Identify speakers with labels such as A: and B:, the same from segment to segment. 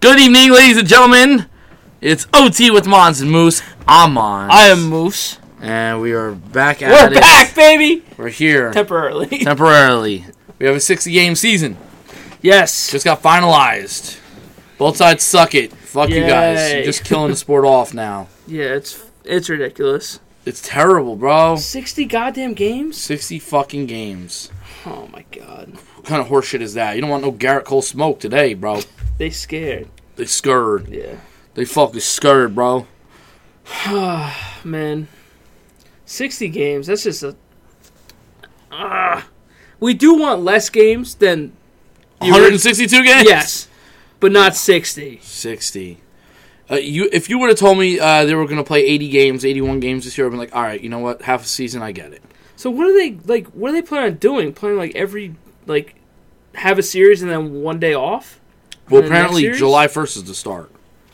A: Good evening, ladies and gentlemen. It's OT with Mons and Moose. I'm Mons.
B: I am Moose.
A: And we are back at
B: We're
A: it.
B: back, baby!
A: We're here
B: Temporarily.
A: temporarily. We have a 60 game season.
B: yes.
A: Just got finalized. Both sides suck it. Fuck you guys. You're
B: Yay.
A: just killing the sport off now.
B: Yeah, it's it's ridiculous.
A: It's terrible, bro.
B: 60 goddamn games?
A: 60 fucking games.
B: Oh my god.
A: What kind of horseshit is that? You don't want no Garrett Cole smoke today, bro.
B: They scared.
A: They scurred.
B: Yeah.
A: They fucking scurred, bro.
B: Man. 60 games, that's just a. Ah. we do want less games than. the orig-
A: 162 games?
B: Yes. But not 60.
A: 60. Uh, you, if you would have told me uh, they were going to play 80 games, 81 games this year, I'd been like, all right, you know what? Half a season, I get it.
B: So what are they like? What are they planning on doing? Playing like every like have a series and then one day off?
A: Well,
B: the next
A: apparently
B: series?
A: July 1st is the start.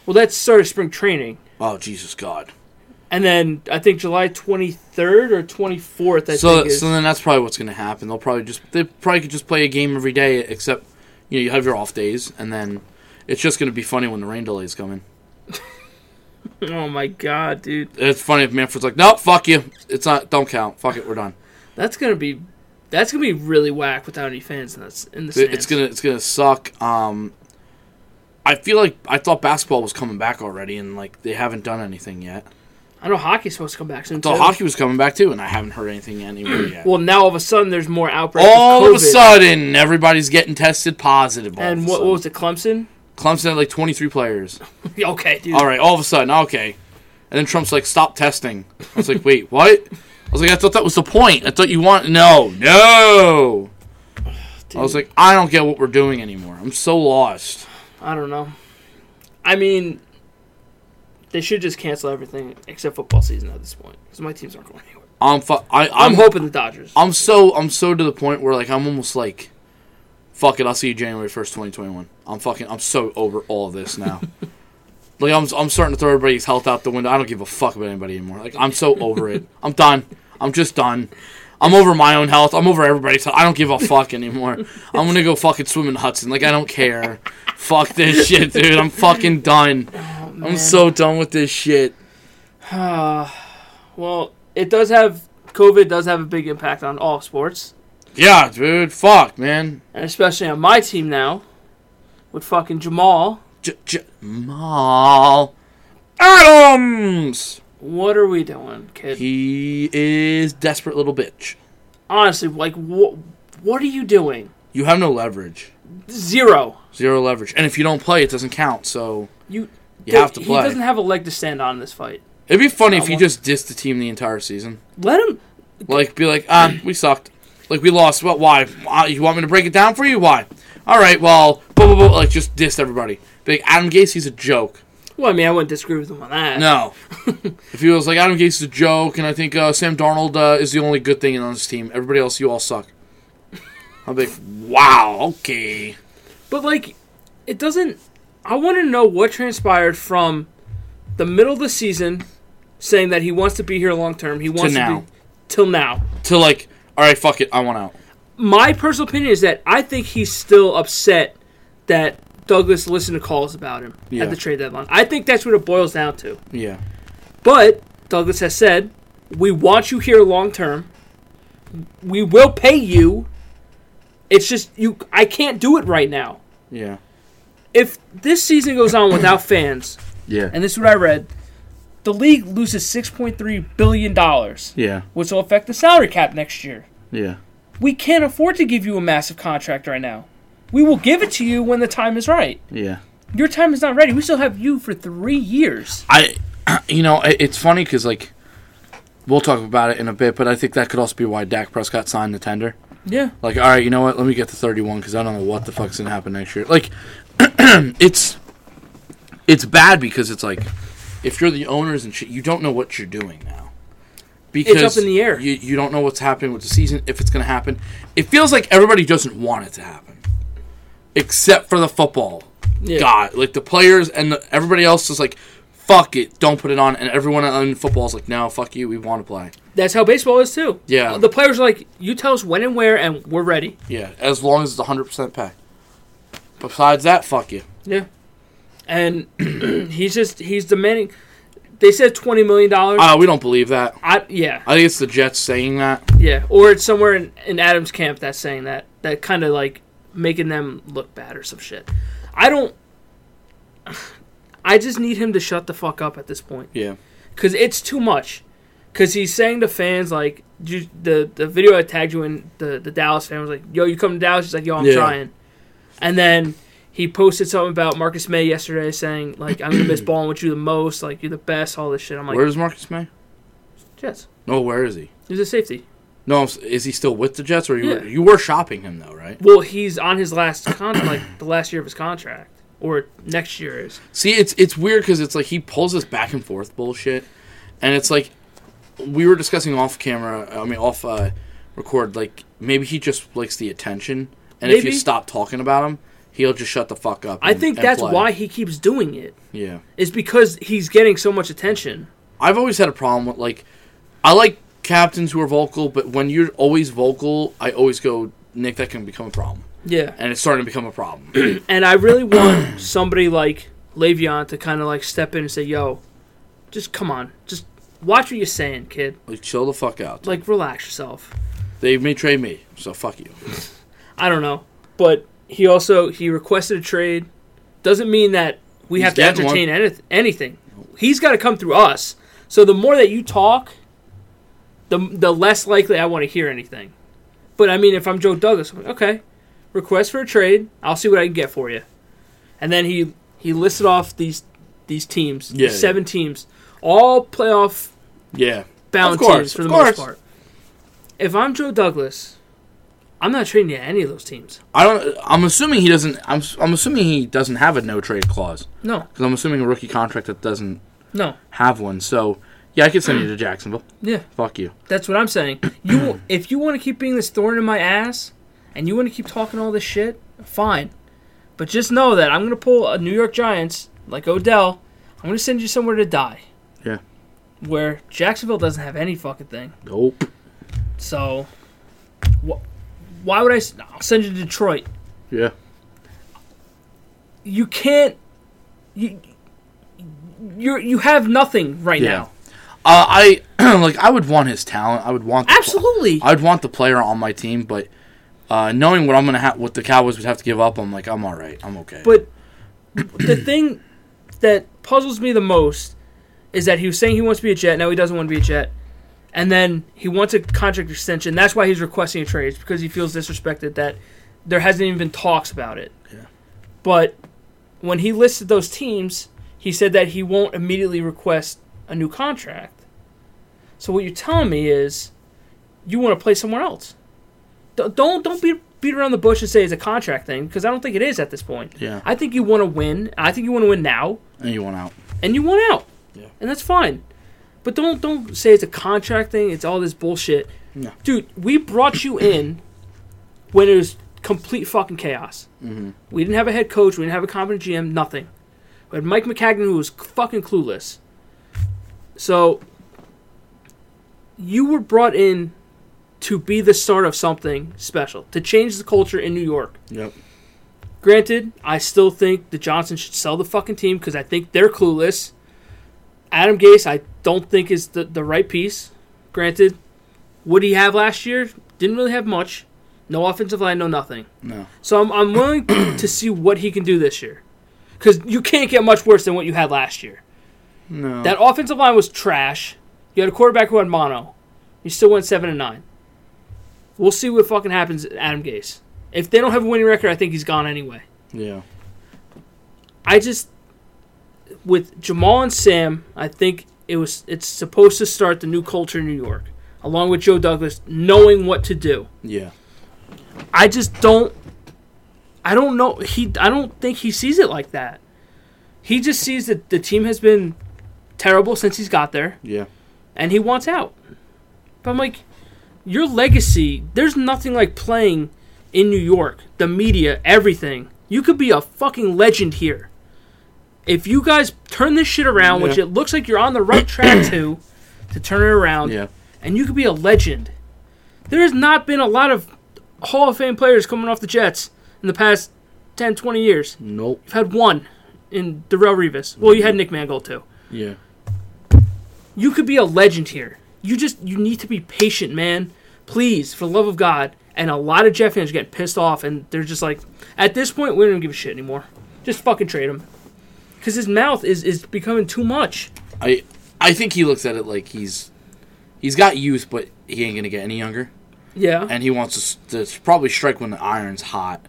B: Well, that's start of spring training,
A: Oh, Jesus God.
B: and then I think July twenty third or twenty fourth. I
A: So,
B: think is.
A: so then that's probably what's going to happen. They'll probably just, they probably could just play a game every day, except, you know, you have your off days, and then it's just going to be funny when the rain delays come in.
B: oh my god, dude,
A: It's funny if Manfred's like, nope, fuck you. It's not, don't count. Fuck it, we're done.
B: that's gonna be that's gonna be really whack without any fans in the in the
A: It-
B: stands.
A: It's gonna it's gonna suck. Um, I feel like I thought basketball was coming back already, and like they haven't done anything yet.
B: I know hockey's supposed to come back soon.
A: So
B: too.
A: hockey was coming back too, and I haven't heard anything anywhere yet.
B: Well, now all of a sudden there's more outbreaks.
A: all
B: of,
A: of
B: COVID.
A: a sudden, everybody's getting tested positive. all of
B: and
A: a
B: what,
A: sudden.
B: what was it, Clemson?
A: Clemson had like twenty three players.
B: okay, dude.
A: All right, all of a sudden, okay. And then Trump's like, "Stop testing." I was like, "Wait, what?" I was like, "I thought that was the point. I thought you want no, no." I was
B: Dude.
A: like, "I don't get what we're doing anymore. I'm so lost."
B: I don't know. I mean, they should just cancel everything except football season at this point because my teams aren't going anywhere.
A: I'm fu- I,
B: I'm,
A: I'm
B: hoping the Dodgers.
A: I'm so I'm so to the point where like I'm almost like, fuck it. I'll see you January first, twenty twenty one. I'm fucking. I'm so over all of this now. like I'm I'm starting to throw everybody's health out the window. I don't give a fuck about anybody anymore. Like I'm so over it. I'm done. I'm just done. I'm over my own health. I'm over everybody's health. I don't give a fuck anymore. I'm gonna go fucking swim in Hudson. Like I don't care. fuck this shit, dude. I'm fucking done. I'm so done with this shit.
B: well, it does have COVID does have a big impact on all sports,
A: Yeah, dude. Fuck, man.
B: and especially on my team now with fucking Jamal.
A: J- J- Jamal Adams.
B: What are we doing, kid?
A: He is desperate little bitch.
B: Honestly, like what what are you doing?
A: You have no leverage,
B: Zero.
A: zero leverage, and if you don't play, it doesn't count. So
B: You
A: you have to
B: he
A: play.
B: doesn't have a leg to stand on in this fight.
A: It'd be funny if
B: I
A: you
B: want-
A: just dissed the team the entire season.
B: Let him
A: Like, be like, ah, we sucked. Like, we lost. What? Why? Why? You want me to break it down for you? Why? All right. Well, blah, blah, blah, like, just diss everybody. Be like, Adam Gacy's a joke.
B: Well, I mean, I wouldn't disagree with him on that.
A: No. if he was like, Adam Gates is a joke, and I think uh, Sam Darnold uh, is the only good thing on this team. Everybody else, you all suck. I'd be like, wow, okay.
B: But like, it doesn't. I want to know what transpired from the middle of the season, saying that he wants to be here long term. He wants to,
A: now.
B: be till now.
A: To like, all right, fuck it, I want out.
B: My personal opinion is that I think he's still upset that Douglas listened to calls about him
A: Yeah.
B: at the trade deadline. I think that's what it boils down to.
A: Yeah.
B: But Douglas has said, "We want you here long term. We will pay you. It's just you. I can't do it right now."
A: Yeah.
B: if this season goes on without fans,
A: Yeah.
B: and this is what I read, the league loses six point three billion dollars,
A: yeah.
B: which will affect the salary cap next year.
A: Yeah.
B: We can't afford to give you a massive contract right now. We will give it to you when the time is right.
A: Yeah.
B: Your time is not ready. We still have you for three years.
A: I, you know, it, it's funny because like, we'll talk about it in a bit, but I think that could also be why Dak Prescott signed the tender.
B: Yeah.
A: Like, all right, you know what? Let me get to 31 because I don't know what the fuck's gonna happen next year. Like, it's it's bad because it's like if you're the owners and shit, you don't know what you're doing now. Because
B: in the air.
A: You, you don't know what's happening with the season if it's gonna happen. It feels like everybody doesn't want it to happen, except for the football
B: Yeah.
A: god. Like the players and the, everybody else is like, fuck it, don't put it on. And everyone on football is like, no, fuck you, we want to play.
B: That's how baseball is too.
A: Yeah.
B: The players are like, you tell us when and where, and we're ready.
A: Yeah, as long as it's 100% pay. Besides that, fuck you.
B: Yeah. and he's just he's demanding. They said twenty million dollars.
A: Ah, we don't believe that.
B: I yeah
A: I think it's the Jets saying that.
B: yeah, or it's somewhere in, in Adam's camp that's saying that that kind of like making them look bad or some shit. I don't. I just need him to shut the fuck up at this point
A: Yeah.
B: because it's too much. Because he's saying to fans like you, the the video I tagged you in the the Dallas fan was like, "Yo, you come to Dallas?" He's like, "Yo, I'm
A: Yeah.
B: trying." And then he posted something about Marcus May yesterday, saying like, "I'm gonna miss balling with you the most. Like, you're the best. All this shit." I'm like,
A: Where's Marcus May?
B: "Jets,
A: No, where is he?
B: he's a safety."
A: No, I'm s- is he still with the Jets? Or you
B: Yeah.
A: were, you were shopping him though, right?
B: Well, he's on his last contract, like the last year of his contract, or next year is.
A: See, it's it's weird because it's like he pulls this back and forth bullshit, and it's like we were discussing off camera. I mean, off uh, record. Like maybe he just likes the attention, and if you
B: Maybe.
A: stop talking about him, he'll just shut the fuck up.
B: I
A: and-
B: think
A: and
B: that's
A: play.
B: why he keeps doing it.
A: Yeah,
B: Is because he's getting so much attention.
A: I've always had a problem with like I like captains who are vocal, but when you're always vocal, I always go Nick. That can become a problem,
B: Yeah.
A: and it's starting to become a problem.
B: And I really want somebody like Le'Veon to kind of like step in and say, "Yo, just come on, just watch what you're saying, kid.
A: like chill the fuck out.
B: Like, relax yourself."
A: They may trade me, so fuck you.
B: I don't know, but he also he requested a trade. Doesn't mean that we
A: He's
B: have to
A: getting one.
B: entertain anyth- anything. He's got to come through us. So the more that you talk, the the less likely I want to hear anything. But I mean, if I'm Joe Douglas, I'm like, okay, request for a trade. I'll see what I can get for you. And then he he listed off these these teams,
A: Yeah, yeah.
B: these seven teams, all playoff
A: Yeah,
B: bound
A: Of course,
B: teams for the
A: of
B: most
A: course.
B: part. If I'm Joe Douglas, I'm not trading you any of those teams.
A: I don't. I'm assuming he doesn't. I'm. I'm assuming he doesn't have a no trade clause
B: No,
A: because I'm assuming a rookie contract that doesn't
B: no.
A: have one. So yeah, I could send you to Jacksonville.
B: Yeah,
A: Fuck you.
B: that's what I'm saying. You, if you want to keep being this thorn in my ass, and you want to keep talking all this shit, fine. But just know that I'm gonna pull a New York Giants like Odell. I'm gonna send you somewhere to die.
A: Yeah.
B: Where Jacksonville doesn't have any fucking thing.
A: Nope.
B: So, wh- why would I? s- I'll send you to Detroit.
A: Yeah.
B: You can't. You. You you have nothing right
A: Yeah.
B: now.
A: Uh, I like. I would want his talent. I would want the pl-
B: Absolutely.
A: I would want the player on my team, but uh, knowing what I'm gonna have, what the Cowboys would have to give up, I'm like, I'm all right. I'm okay.
B: But the thing that puzzles me the most is that he was saying he wants to be a Jet. Now he doesn't want to be a Jet. And then he wants a contract extension. That's why he's requesting a trade, it's because he feels disrespected that there hasn't even been talks about it.
A: Yeah.
B: But when he listed those teams, he said that he won't immediately request a new contract. So what you're telling me is you want to play somewhere else. D- Don't don't beat, beat around the bush and say it's a contract thing because I don't think it is at this point.
A: Yeah.
B: I think you want to win. I think you want to win now,
A: and you want out.
B: and you want out.
A: Yeah.
B: And that's fine. But don't don't say it's a contract thing. It's all this bullshit.
A: No.
B: Dude, we brought you in when it was complete fucking chaos.
A: Mm-hmm.
B: We didn't have a head coach. We didn't have a competent GM. Nothing. We had Mike McCagnon who was fucking clueless. So you were brought in to be the start of something special, to change the culture in New York.
A: Yep.
B: Granted, I still think the Johnson should sell the fucking team because I think they're clueless. Adam Gase, I don't think is the, the right piece. Granted, what did he have last year? Didn't really have much. No offensive line, no nothing.
A: No.
B: So I'm, I'm willing to see what he can do this year. Because you can't get much worse than what you had last year.
A: No.
B: That offensive line was trash. You had a quarterback who had mono. You still went seven and nine. We'll see what fucking happens at Adam Gase. If they don't have a winning record, I think he's gone anyway.
A: yeah.
B: I just with Jamal and Sam, I think it was it's supposed to start the new culture in New York, along with Joe Douglas knowing what to do.
A: Yeah.
B: I just don't I don't know he I don't think he sees it like that. He just sees that the team has been terrible since he's got there
A: Yeah.
B: and he wants out. But I'm like your legacy, there's nothing like playing in New York, the media, everything. You could be a fucking legend here. If you guys turn this shit around, which
A: Yeah.
B: it looks like you're on the right track to, to turn it around,
A: Yeah.
B: and you could be a legend. There has not been a lot of Hall of Fame players coming off the Jets in the past 10, 20 years.
A: Nope.
B: You've had one, in Darrell Revis. Well, you had Nick Mangold too.
A: Yeah.
B: You could be a legend here. You just you need to be patient, man. Please, for the love of God. And a lot of Jet fans are getting pissed off, and they're just like, at this point, we don't give a shit anymore. Just fucking trade him, because his mouth is is becoming too much.
A: I I think he looks at it like he's he's got youth, but he ain't gonna get any younger,
B: Yeah.
A: and he wants to, s- to s- probably strike when the iron's hot.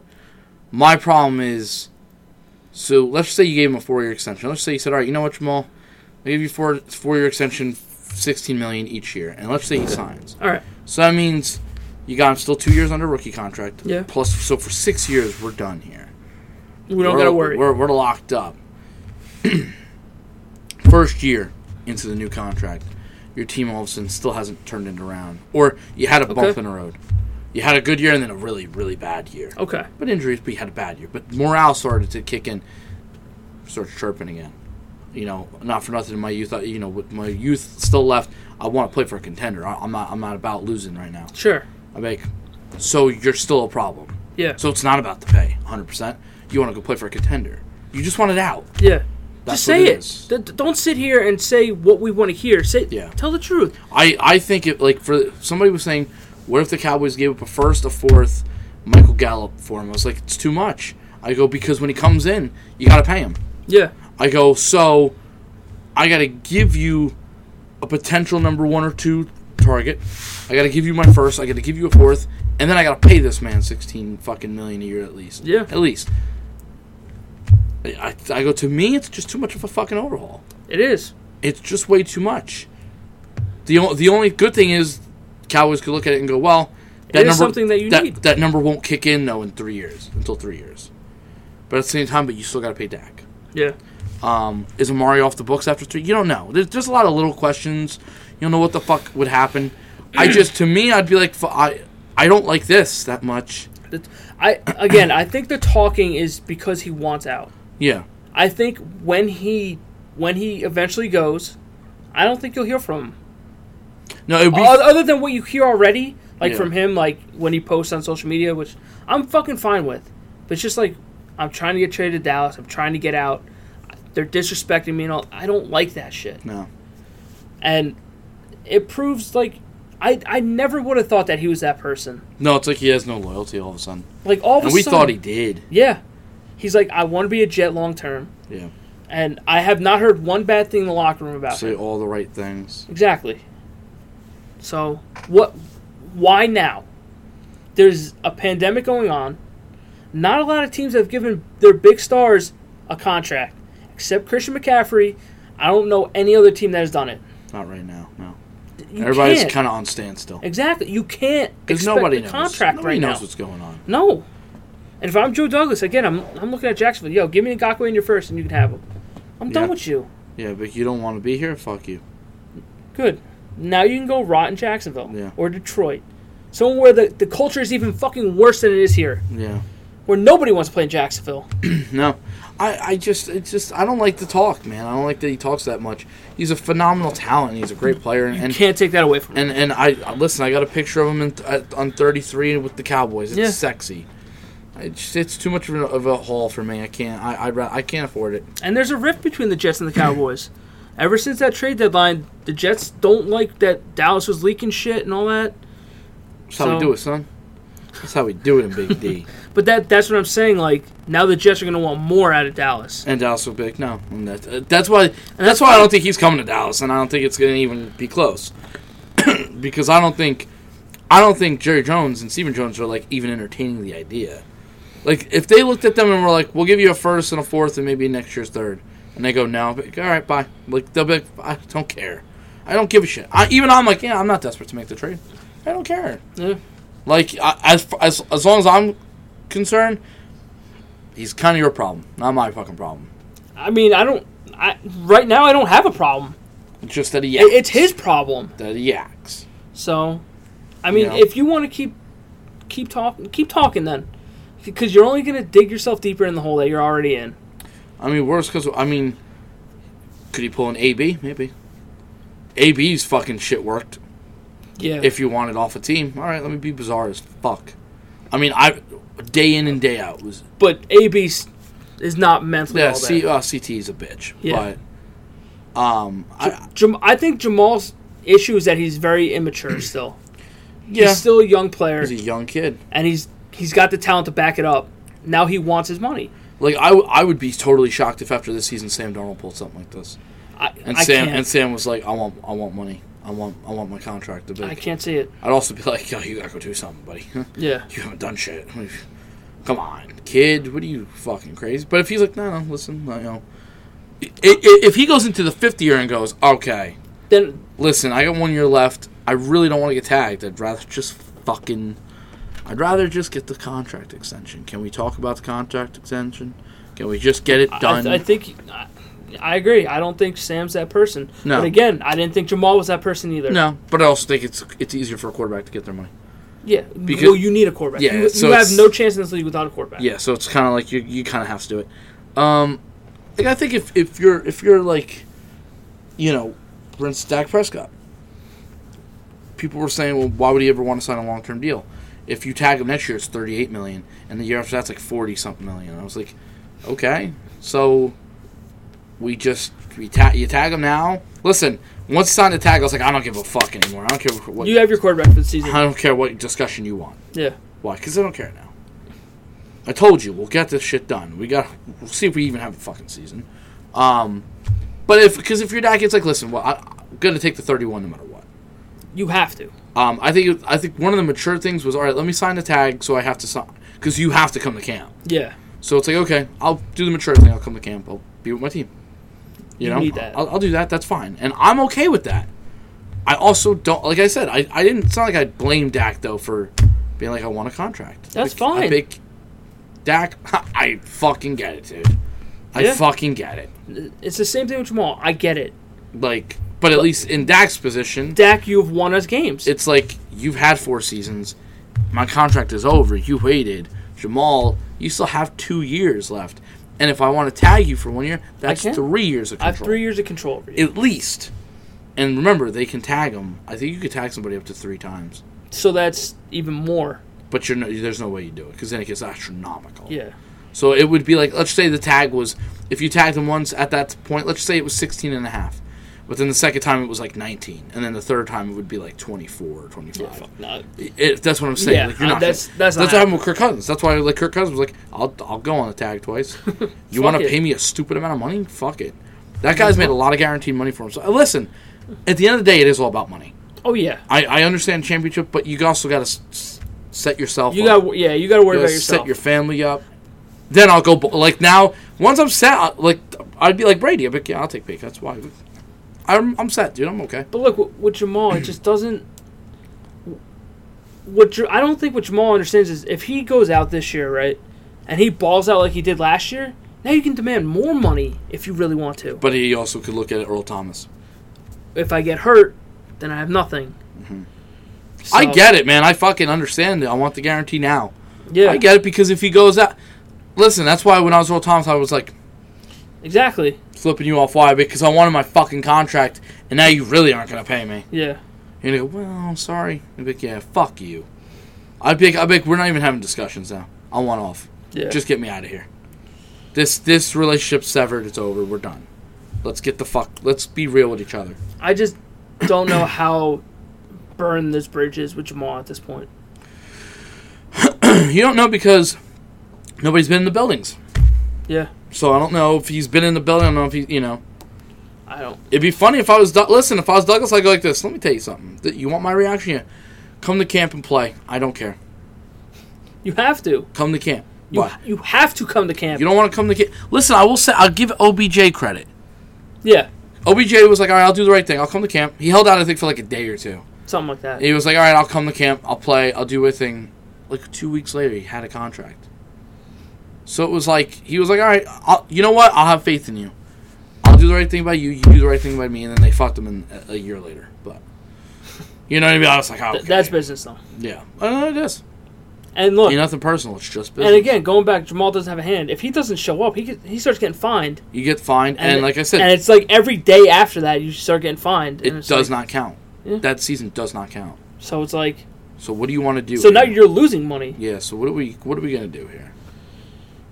A: My problem is, so let's say you gave him a four year extension. Let's say you said, all right, you know what, Jamal, I give you four four year extension, sixteen million each year, and let's say he signs.
B: All right.
A: So that means you got him still two years under rookie contract.
B: Yeah.
A: Plus, so for six years, we're done here.
B: We don't
A: we're,
B: gotta worry.
A: We're, we're locked up. First year into the new contract, your team all of a sudden still hasn't turned it around, or you had a bump
B: Okay.
A: in the road. You had a good year and then a really, really bad year.
B: okay.
A: But injuries, but you had a bad year. But morale started to kick in, starts chirping again. You know, not for nothing. In my youth, I, you know, with my youth still left, I want to play for a contender. I, I'm not. I'm not about losing right now.
B: Sure.
A: I make. So you're still a problem.
B: Yeah.
A: So it's not about the pay, 100%. You want to go play for a contender. You just want it out.
B: yeah.
A: That's
B: Just
A: what
B: say
A: it
B: it.
A: is.
B: D- d- don't sit here and say what we want to hear. Say
A: Yeah.
B: tell the truth.
A: I, I think it, like, for somebody was saying, what if the Cowboys gave up a first, a fourth, Michael Gallup for him? I was like, it's too much. I go, because when he comes in, you got to pay him.
B: Yeah.
A: I go, so I got to give you a potential number one or two target. I got to give you my first. I got to give you a fourth, and then I got to pay this man sixteen fucking million a year at least.
B: Yeah.
A: at least. I, I I go to me, it's just too much of a fucking overhaul.
B: It is.
A: It's just way too much. The o- the only good thing is Cowboys could look at it and go, well, that
B: is
A: number
B: something that you need.
A: that number won't kick in though in three years until three years. But at the same time, but you still got to pay Dak.
B: Yeah.
A: Um, is Amari off the books after three? You don't know. There's just a lot of little questions. You don't know what the fuck would happen. I
B: Mm.
A: just, to me, I'd be like, fu- I, I don't like this that much.
B: That- I again, I think the talking is because he wants out.
A: Yeah,
B: I think when he when he eventually goes, I don't think you'll hear from him.
A: no, it'd be.
B: O- Other than what you hear already, like
A: Yeah.
B: from him, like when he posts on social media, which I'm fucking fine with. But it's just like I'm trying to get traded to Dallas. I'm trying to get out. They're disrespecting me and all. I don't like that shit.
A: no,
B: and it proves like I I never would have thought that he was that person.
A: no, it's like he has no loyalty all of a sudden,
B: Like all of
A: and
B: a
A: we
B: sudden,
A: thought he did.
B: yeah, he's like I want to be a Jet long term,
A: Yeah,
B: and I have not heard one bad thing in the locker room about
A: say
B: him.
A: all the right things.
B: Exactly. So what? Why now? There's a pandemic going on. Not a lot of teams have given their big stars a contract, except Christian McCaffrey. I don't know any other team that has done it.
A: Not right now. No,
B: You
A: everybody's
B: can't.
A: kind of on standstill
B: Exactly. You can't
A: because
B: expect
A: nobody
B: the
A: knows.
B: contract
A: nobody
B: right
A: knows
B: now.
A: what's going on.
B: No. And if I'm Joe Douglas, again, I'm, I'm looking at Jacksonville. Yo, give me Ngakwe in your first and you can have him. I'm done
A: Yeah.
B: with you.
A: Yeah, but you don't want to be here. Fuck you.
B: Good. Now you can go rot in Jacksonville
A: Yeah.
B: or Detroit. Somewhere where the, the culture is even fucking worse than it is here,
A: Yeah.
B: where nobody wants to play in Jacksonville.
A: No, I, I just, it's just, I don't like to talk, man. I don't like that he talks that much. He's a phenomenal talent. and He's a great player, and
B: You
A: and,
B: can't take that away from him.
A: and and I I- listen. I got a picture of him in, at, on thirty three with the Cowboys. It's
B: Yeah.
A: sexy. I just, it's too much of a, of a haul for me. I can't. I I'd, ra- I can't afford it.
B: And there's a rift between the Jets and the Cowboys. Ever since that trade deadline, the Jets don't like that Dallas was leaking shit and all that.
A: That's how we
B: So-
A: do it, son. That's how we do it in Big D.
B: But that that's what I'm saying. Like, now the Jets are going to want more out of Dallas.
A: And Dallas will be like, no. And that, uh, that's why. that's why I don't think he's coming to Dallas, and I don't think it's going to even be close. because I don't think, I don't think Jerry Jones and Stephen Jones are like even entertaining the idea. Like if they looked at them and were like, "We'll give you a first and a fourth, and maybe next year's third. and they go, "No," I'll be like, all right, bye. Like they'll be like, "I don't care. I don't give a shit." I, even I'm like, "Yeah, I'm not desperate to make the trade. I don't care."
B: Yeah.
A: Like I, as, as as long as I'm concerned, he's kind of your problem, not my fucking problem.
B: I mean, I don't. I, right now, I don't have a problem.
A: It's just that he
B: It-
A: yaks.
B: It's his problem.
A: that he yaks.
B: So, I mean,
A: Yeah.
B: if you want to keep keep talking, keep talking then, because you're only gonna dig yourself deeper in the hole that you're already in.
A: I mean, worse because I mean, could he pull an AB? Maybe. AB's fucking shit worked.
B: Yeah.
A: If you want it off a team, all right. Let me be bizarre as fuck. I mean, I day in and day out was
B: but AB's is not mentally
A: Yeah,
B: all that.
A: C, uh, CT is a bitch.
B: Yeah.
A: But um, I,
B: Jam- I think Jamal's issue is that he's very immature still.
A: yeah,
B: He's still a young player,
A: he's a young kid.
B: and he's he's got the talent to back it up. Now he wants his money.
A: Like I, w- I would be totally shocked if after this season Sam Darnold pulled something like this,
B: I,
A: and
B: I
A: Sam
B: can't.
A: and Sam was like, I want, I want money. I want, I want my contract to be.
B: I can't see it.
A: I'd also be like, yo, you gotta go do something, buddy.
B: Yeah.
A: you haven't done shit. Come on, kid. What are you fucking crazy? But if he's like, no, no, listen, you know, I- i- if he goes into the fifth year and goes, okay,
B: Then
A: listen, I got one year left. I really don't want to get tagged. I'd rather just fucking. I'd rather just get the contract extension. Can we talk about the contract extension? Can we just get it
B: I,
A: done?
B: th- I think I, I agree. I don't think Sam's that person.
A: No.
B: But again, I didn't think Jamal was that person either.
A: no, but I also think it's it's easier for a quarterback to get their money.
B: Yeah.
A: Because-
B: well, you need a quarterback.
A: Yeah,
B: you,
A: so
B: you have
A: it's-
B: no chance in this league without a quarterback.
A: Yeah, so it's kind of like you you kind of have to do it. Um, like I think if if you're if you're like, you know, for instance, Dak Prescott. People were saying, well, why would he ever want to sign a long term deal? If you tag him next year, it's thirty eight million, and the year after that's like forty something million. And I was like, okay, so we just we ta- you tag him now. Listen, once you sign the tag, I was like, I don't give a fuck anymore. I don't care what
B: You have your quarterback for the season.
A: I don't care what discussion you want.
B: Yeah.
A: Why? Because I don't care now. I told you we'll get this shit done. We got. We'll see if we even have a fucking season. Um, but if because if your dad gets like, listen, well, I, I'm gonna take the 31 no matter what.
B: You have to.
A: Um, I think it, I think one of the mature things was all right. Let me sign the tag, so I have to sign because you have to come to camp.
B: Yeah.
A: So it's like okay, I'll do the mature thing. I'll come to camp. I'll be with my team. You,
B: You
A: know,
B: need that.
A: I'll, I'll do that. That's fine, and I'm okay with that. I also don't like I said. I, I didn't. It's not like I blame Dak though for being like I want a contract.
B: That's
A: Like,
B: fine.
A: I big, Dak, I fucking get it, dude. I
B: Yeah.
A: fucking get it.
B: It's the same thing with Jamal. I get it.
A: Like, but at least in Dak's position,
B: Dak, you've won us games.
A: it's like you've had four seasons. My contract is over. You waited, Jamal. You still have two years left, and if I want to tag you for one year, that's
B: can.
A: three years of
B: I
A: control.
B: have three years of control over you.
A: at least. And remember, they can tag them. I think you could tag somebody up to three times,
B: so that's even more.
A: but you're no, there's no way you do it because then it gets astronomical.
B: Yeah.
A: So it would be like, let's say the tag was, if you tagged him once at that point, let's say it was 16 and a half. But then the second time it was like 19. And then the third time it would be like 24 or 25.
B: No,
A: It, that's what I'm saying.
B: Yeah,
A: like, you're
B: uh,
A: not
B: that's-
A: gonna-
B: that's not
A: what happened with Kirk Cousins. That's why like Kirk Cousins was like, I'll, I'll go on a tag twice. you want to
B: it.
A: pay me a stupid amount of money? Fuck it. That guy's made a lot of guaranteed money for himself. Uh, Listen, at the end of the day, it is all about money.
B: Oh yeah.
A: I, I understand championship, but you also got to set yourself
B: You
A: up.
B: got. Yeah. You got to worry
A: You
B: about
A: gotta
B: yourself.
A: set your family up. Then I'll go bo- like now. Once I'm set, I, like I'd be like Brady. I'd be like, yeah, I'll take pay cuts. Why? I'm I'm set, dude. I'm okay.
B: But look, with, with Jamal, it just doesn't. What Ja- I don't think what Jamal understands is if he goes out this year, right, and he balls out like he did last year, now you can demand more money if you really want to.
A: But he also could look at Earl Thomas.
B: If I get hurt, then I have nothing.
A: I
B: So,
A: get it, man. I fucking understand it. I want the guarantee now.
B: Yeah,
A: I get it because if he goes out, listen. That's why when I was Earl Thomas, I was like
B: exactly.
A: flipping you off. Why? Because I wanted my fucking contract, and now you really aren't gonna pay me.
B: Yeah,
A: You're gonna go. Well, I'm sorry. I'd be like, yeah, fuck you. I'd be like, I'd be like, we're not even having discussions now. I want off.
B: yeah.
A: Just get me out of here. This this relationship's severed. It's over. We're done. Let's get the fuck. Let's be real with each other.
B: I just don't know how burned this bridge is with Jamal at this point.
A: You don't know because nobody's been in the buildings.
B: Yeah,
A: So I don't know if he's been in the building. I don't know if he. You know,
B: I don't.
A: it'd be funny if I was. Doug- Listen, if I was Douglas, I'd go like this. Let me tell you something. That you want my reaction? Yeah. Come to camp and play. I don't care.
B: You have to.
A: Come to camp.
B: You,
A: Why?
B: you have to come to camp.
A: You don't want to come to camp. Listen, I will say. I'll give OBJ credit.
B: yeah,
A: OBJ was like, all right, I'll do the right thing. I'll come to camp. He held out, I think, for like a day or two.
B: something like that.
A: he was like, "All right, I'll come to camp. I'll play. I'll do a thing." Like two weeks later, he had a contract. So it was like he was like, "All right, I'll, you know what? I'll have faith in you. I'll do the right thing by you. You do the right thing by me." And then they fucked him in a, a year later. But you know what I mean? I was like, oh,
B: Th-
A: okay.
B: That's business though.
A: yeah. I know it is.
B: And look,
A: Ain't nothing personal. It's just business.
B: and again, going back, Jamal doesn't have a hand. If he doesn't show up, he get, he starts getting fined.
A: you get fined, and, like I said,
B: and it's like every day after that, you start getting fined.
A: it
B: and it's
A: does
B: like-
A: not count.
B: Yeah.
A: That season does not count.
B: So it's like,
A: So what do you want to do?
B: so now
A: here?
B: you're losing money.
A: yeah. So what are we? What are we gonna do here?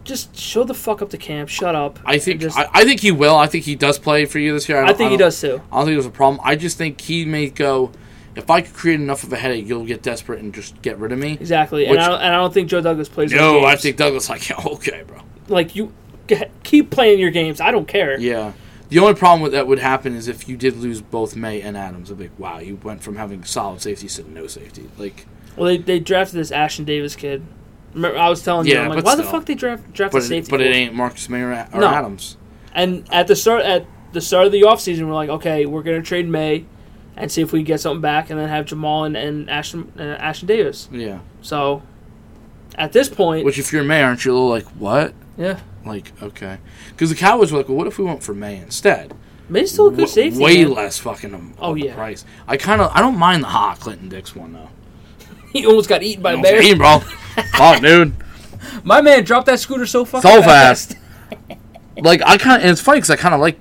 B: just show the fuck up to camp. Shut up.
A: I think
B: and just-
A: I, I think he will. I think he does play for you this year.
B: I
A: don't-
B: think he
A: don't-
B: does too.
A: I don't think there's a problem. I just think he may go. If I could create enough of a headache, you'll get desperate and just get rid of me.
B: Exactly,
A: Which-
B: and I don't, and I don't think Joe Douglas plays. those
A: No, I
B: games.
A: think Douglas like yeah, okay, bro.
B: like you g- keep playing your games. I don't care.
A: Yeah. The only problem with that would happen is if you did lose both May and Adams. I'd be like, wow, you went from having solid safeties to no safety. Like,
B: Well, they, they drafted this Ashton Davis kid. Remember, I was telling you,
A: Yeah,
B: I'm like,
A: but
B: why the
A: still.
B: fuck they draft draft a
A: but it,
B: safety?
A: but it
B: for?
A: ain't Marcus May or, A- or
B: No.
A: Adams.
B: And at the start at the start of the offseason, we're like, okay, we're gonna trade May, and see if we can get something back, and then have Jamal and, and Ashton uh, Ashton Davis.
A: Yeah.
B: So, at this point,
A: Which, if you're May, aren't you a little like what?
B: yeah,
A: Like, okay, because the Cowboys were like, well, what if we went for May instead?
B: May's still a good
A: W-
B: safety.
A: way
B: man.
A: less fucking. Um,
B: Oh,
A: of a
B: yeah.
A: price. I kind of I don't mind the hot Clinton Dix one though.
B: He almost got eaten by a
A: Don't
B: bear.
A: get me, bro. Fuck, dude.
B: My man dropped that scooter so fucking
A: so fast. like I kind of, and it's funny because I kind of like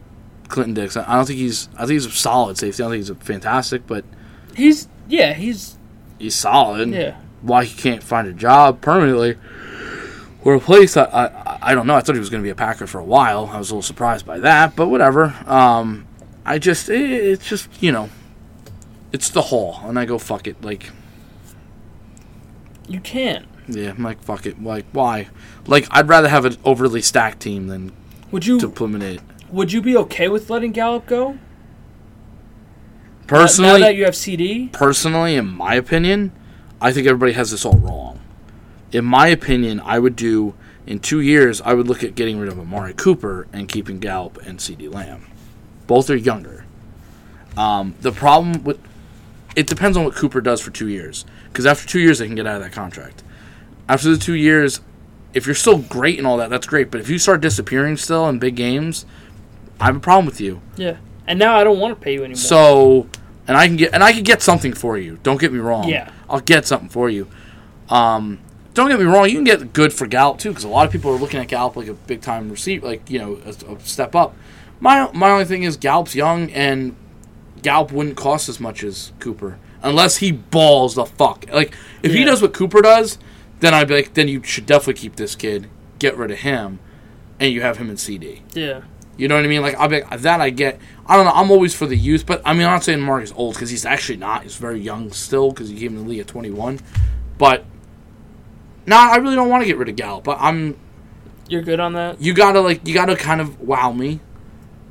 A: Clinton Dix. I I don't think he's, I think he's a solid safety. I don't think he's a fantastic, but
B: He's yeah, he's
A: he's solid.
B: yeah.
A: Why he can't find a job permanently or a place? I, I, I don't know. I thought he was going to be a Packer for a while. I was a little surprised by that, but whatever. Um, I just, it, it's just you know, it's the hall, and I go fuck it. Like
B: You can't.
A: yeah, I'm like fuck it. Like why? Like I'd rather have an overly stacked team than
B: Would you
A: to eliminate.
B: would you be okay with letting Gallup go?
A: Personally,
B: now that you have CD,
A: personally, in my opinion, I think everybody has this all wrong. In my opinion, I would do in two years. I would look at getting rid of Amari Cooper and keeping Gallup and C.D. Lamb. Both are younger. Um, the problem with it depends on what Cooper does for two years. Because after two years, they can get out of that contract. After the two years, if you're still great and all that, that's great. But if you start disappearing still in big games, I have a problem with you.
B: yeah. And now I don't want to pay you anymore.
A: So, and I can get and I can get something for you. Don't get me wrong.
B: Yeah.
A: I'll get something for you. Um, don't get me wrong. You can get good for Gallup too, because a lot of people are looking at Gallup like a big time receipt, like you know, a, a step up. My my only thing is Gallup's young, and Gallup wouldn't cost as much as Cooper unless he balls the fuck. Like if he
B: Yeah.
A: does what Cooper does, then I'd be like, then you should definitely keep this kid, get rid of him, and you have him in CD.
B: yeah,
A: You know what I mean? Like I'll be like, that I get. I don't know. I'm always for the youth, but I mean I'm not saying Mark is old because he's actually not. He's very young still because he came in the league at 21. But no, I really don't want to get rid of Gallup. But I'm
B: you're good on that.
A: you gotta like you gotta kind of wow me.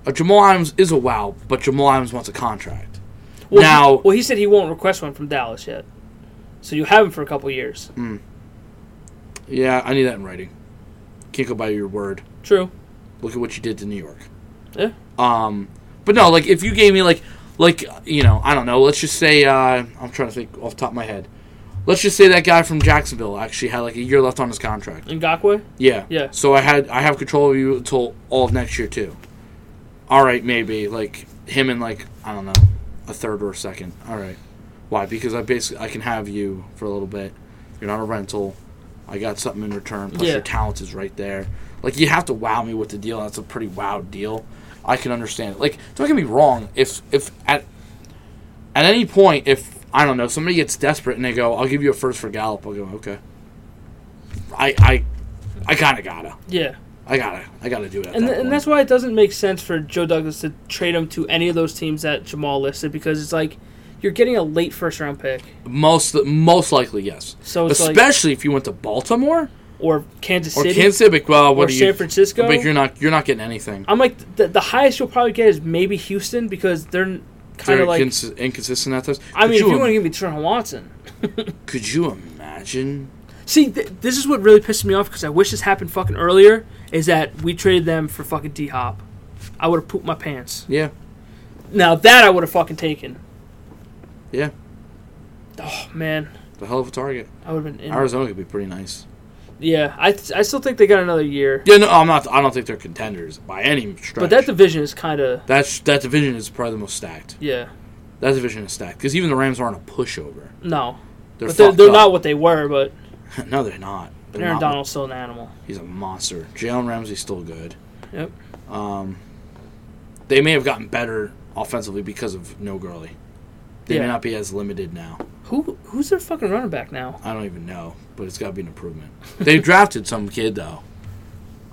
A: Uh, Jamal Adams is a wow, but Jamal Adams wants a contract.
B: Well,
A: Now-
B: he, well, he said he won't request one from Dallas yet, so you have him for a couple years.
A: Mm. Yeah, I need that in writing. Can't go by your word.
B: True.
A: Look at what you did to New York.
B: Yeah.
A: Um, but no, like if you gave me like like you know I don't know. Let's just say uh, I'm trying to think off the top of my head. Let's just say that guy from Jacksonville actually had like a year left on his contract.
B: Ngakwe.
A: Yeah.
B: Yeah.
A: So I had I have control of you until all of next year too. All right, maybe like him in like I don't know a third or a second. All right. Why? Because I basically I can have you for a little bit. You're not a rental. I got something in return. Plus
B: Yeah.
A: your talent is right there. Like you have to wow me with the deal. That's a pretty wowed deal. I can understand it. Like don't get me wrong. If if at at any point if I don't know somebody gets desperate and they go I'll give you a first for Gallup I'll go okay. I I I kind of gotta.
B: Yeah.
A: I gotta. I gotta do it. At
B: And,
A: that
B: th- and
A: point.
B: that's why it doesn't make sense for Joe Douglas to trade him to any of those teams that Jamal listed because it's like you're getting a late first round pick
A: most most likely yes.
B: So it's like-
A: especially if you went to Baltimore
B: or Kansas
A: or
B: City.
A: Kansas City, like, well, what
B: or
A: are you?
B: San Francisco.
A: Like you're not you're not getting anything.
B: I'm like the, the highest you'll probably get is maybe Houston because they're kind
A: They're
B: of like.
A: inconsi- inconsistent at this.
B: I mean, if
A: could
B: you
A: you,
B: want
A: im-
B: to give me Tristan Watson,
A: could you imagine?
B: see, th- this is what really pissed me off because I wish this happened fucking earlier. Is that we traded them for fucking D Hop? I would have pooped my pants.
A: Yeah,
B: Now that I would have fucking taken.
A: yeah.
B: Oh man,
A: The hell of a target.
B: I would have been. In.
A: Arizona could be pretty nice.
B: Yeah, I th- I still think they got another year,
A: Yeah, no, I'm not. I don't think they're contenders by any stretch.
B: but that division is kind of
A: that's that division is probably the most stacked.
B: yeah.
A: That division is stacked because even the Rams aren't a pushover.
B: No,
A: They're
B: but they're,
A: fucked
B: they're
A: up.
B: not what they were. But
A: no, they're not. They're
B: Aaron
A: not.
B: Donald's still an animal.
A: He's a monster. Jalen Ramsey's still good.
B: Yep.
A: they may have gotten better offensively because of no Gurley. They may
B: Yeah.
A: not be as limited now.
B: Who who's their fucking running back now?
A: I don't even know, but it's got to be an improvement. they drafted some kid though.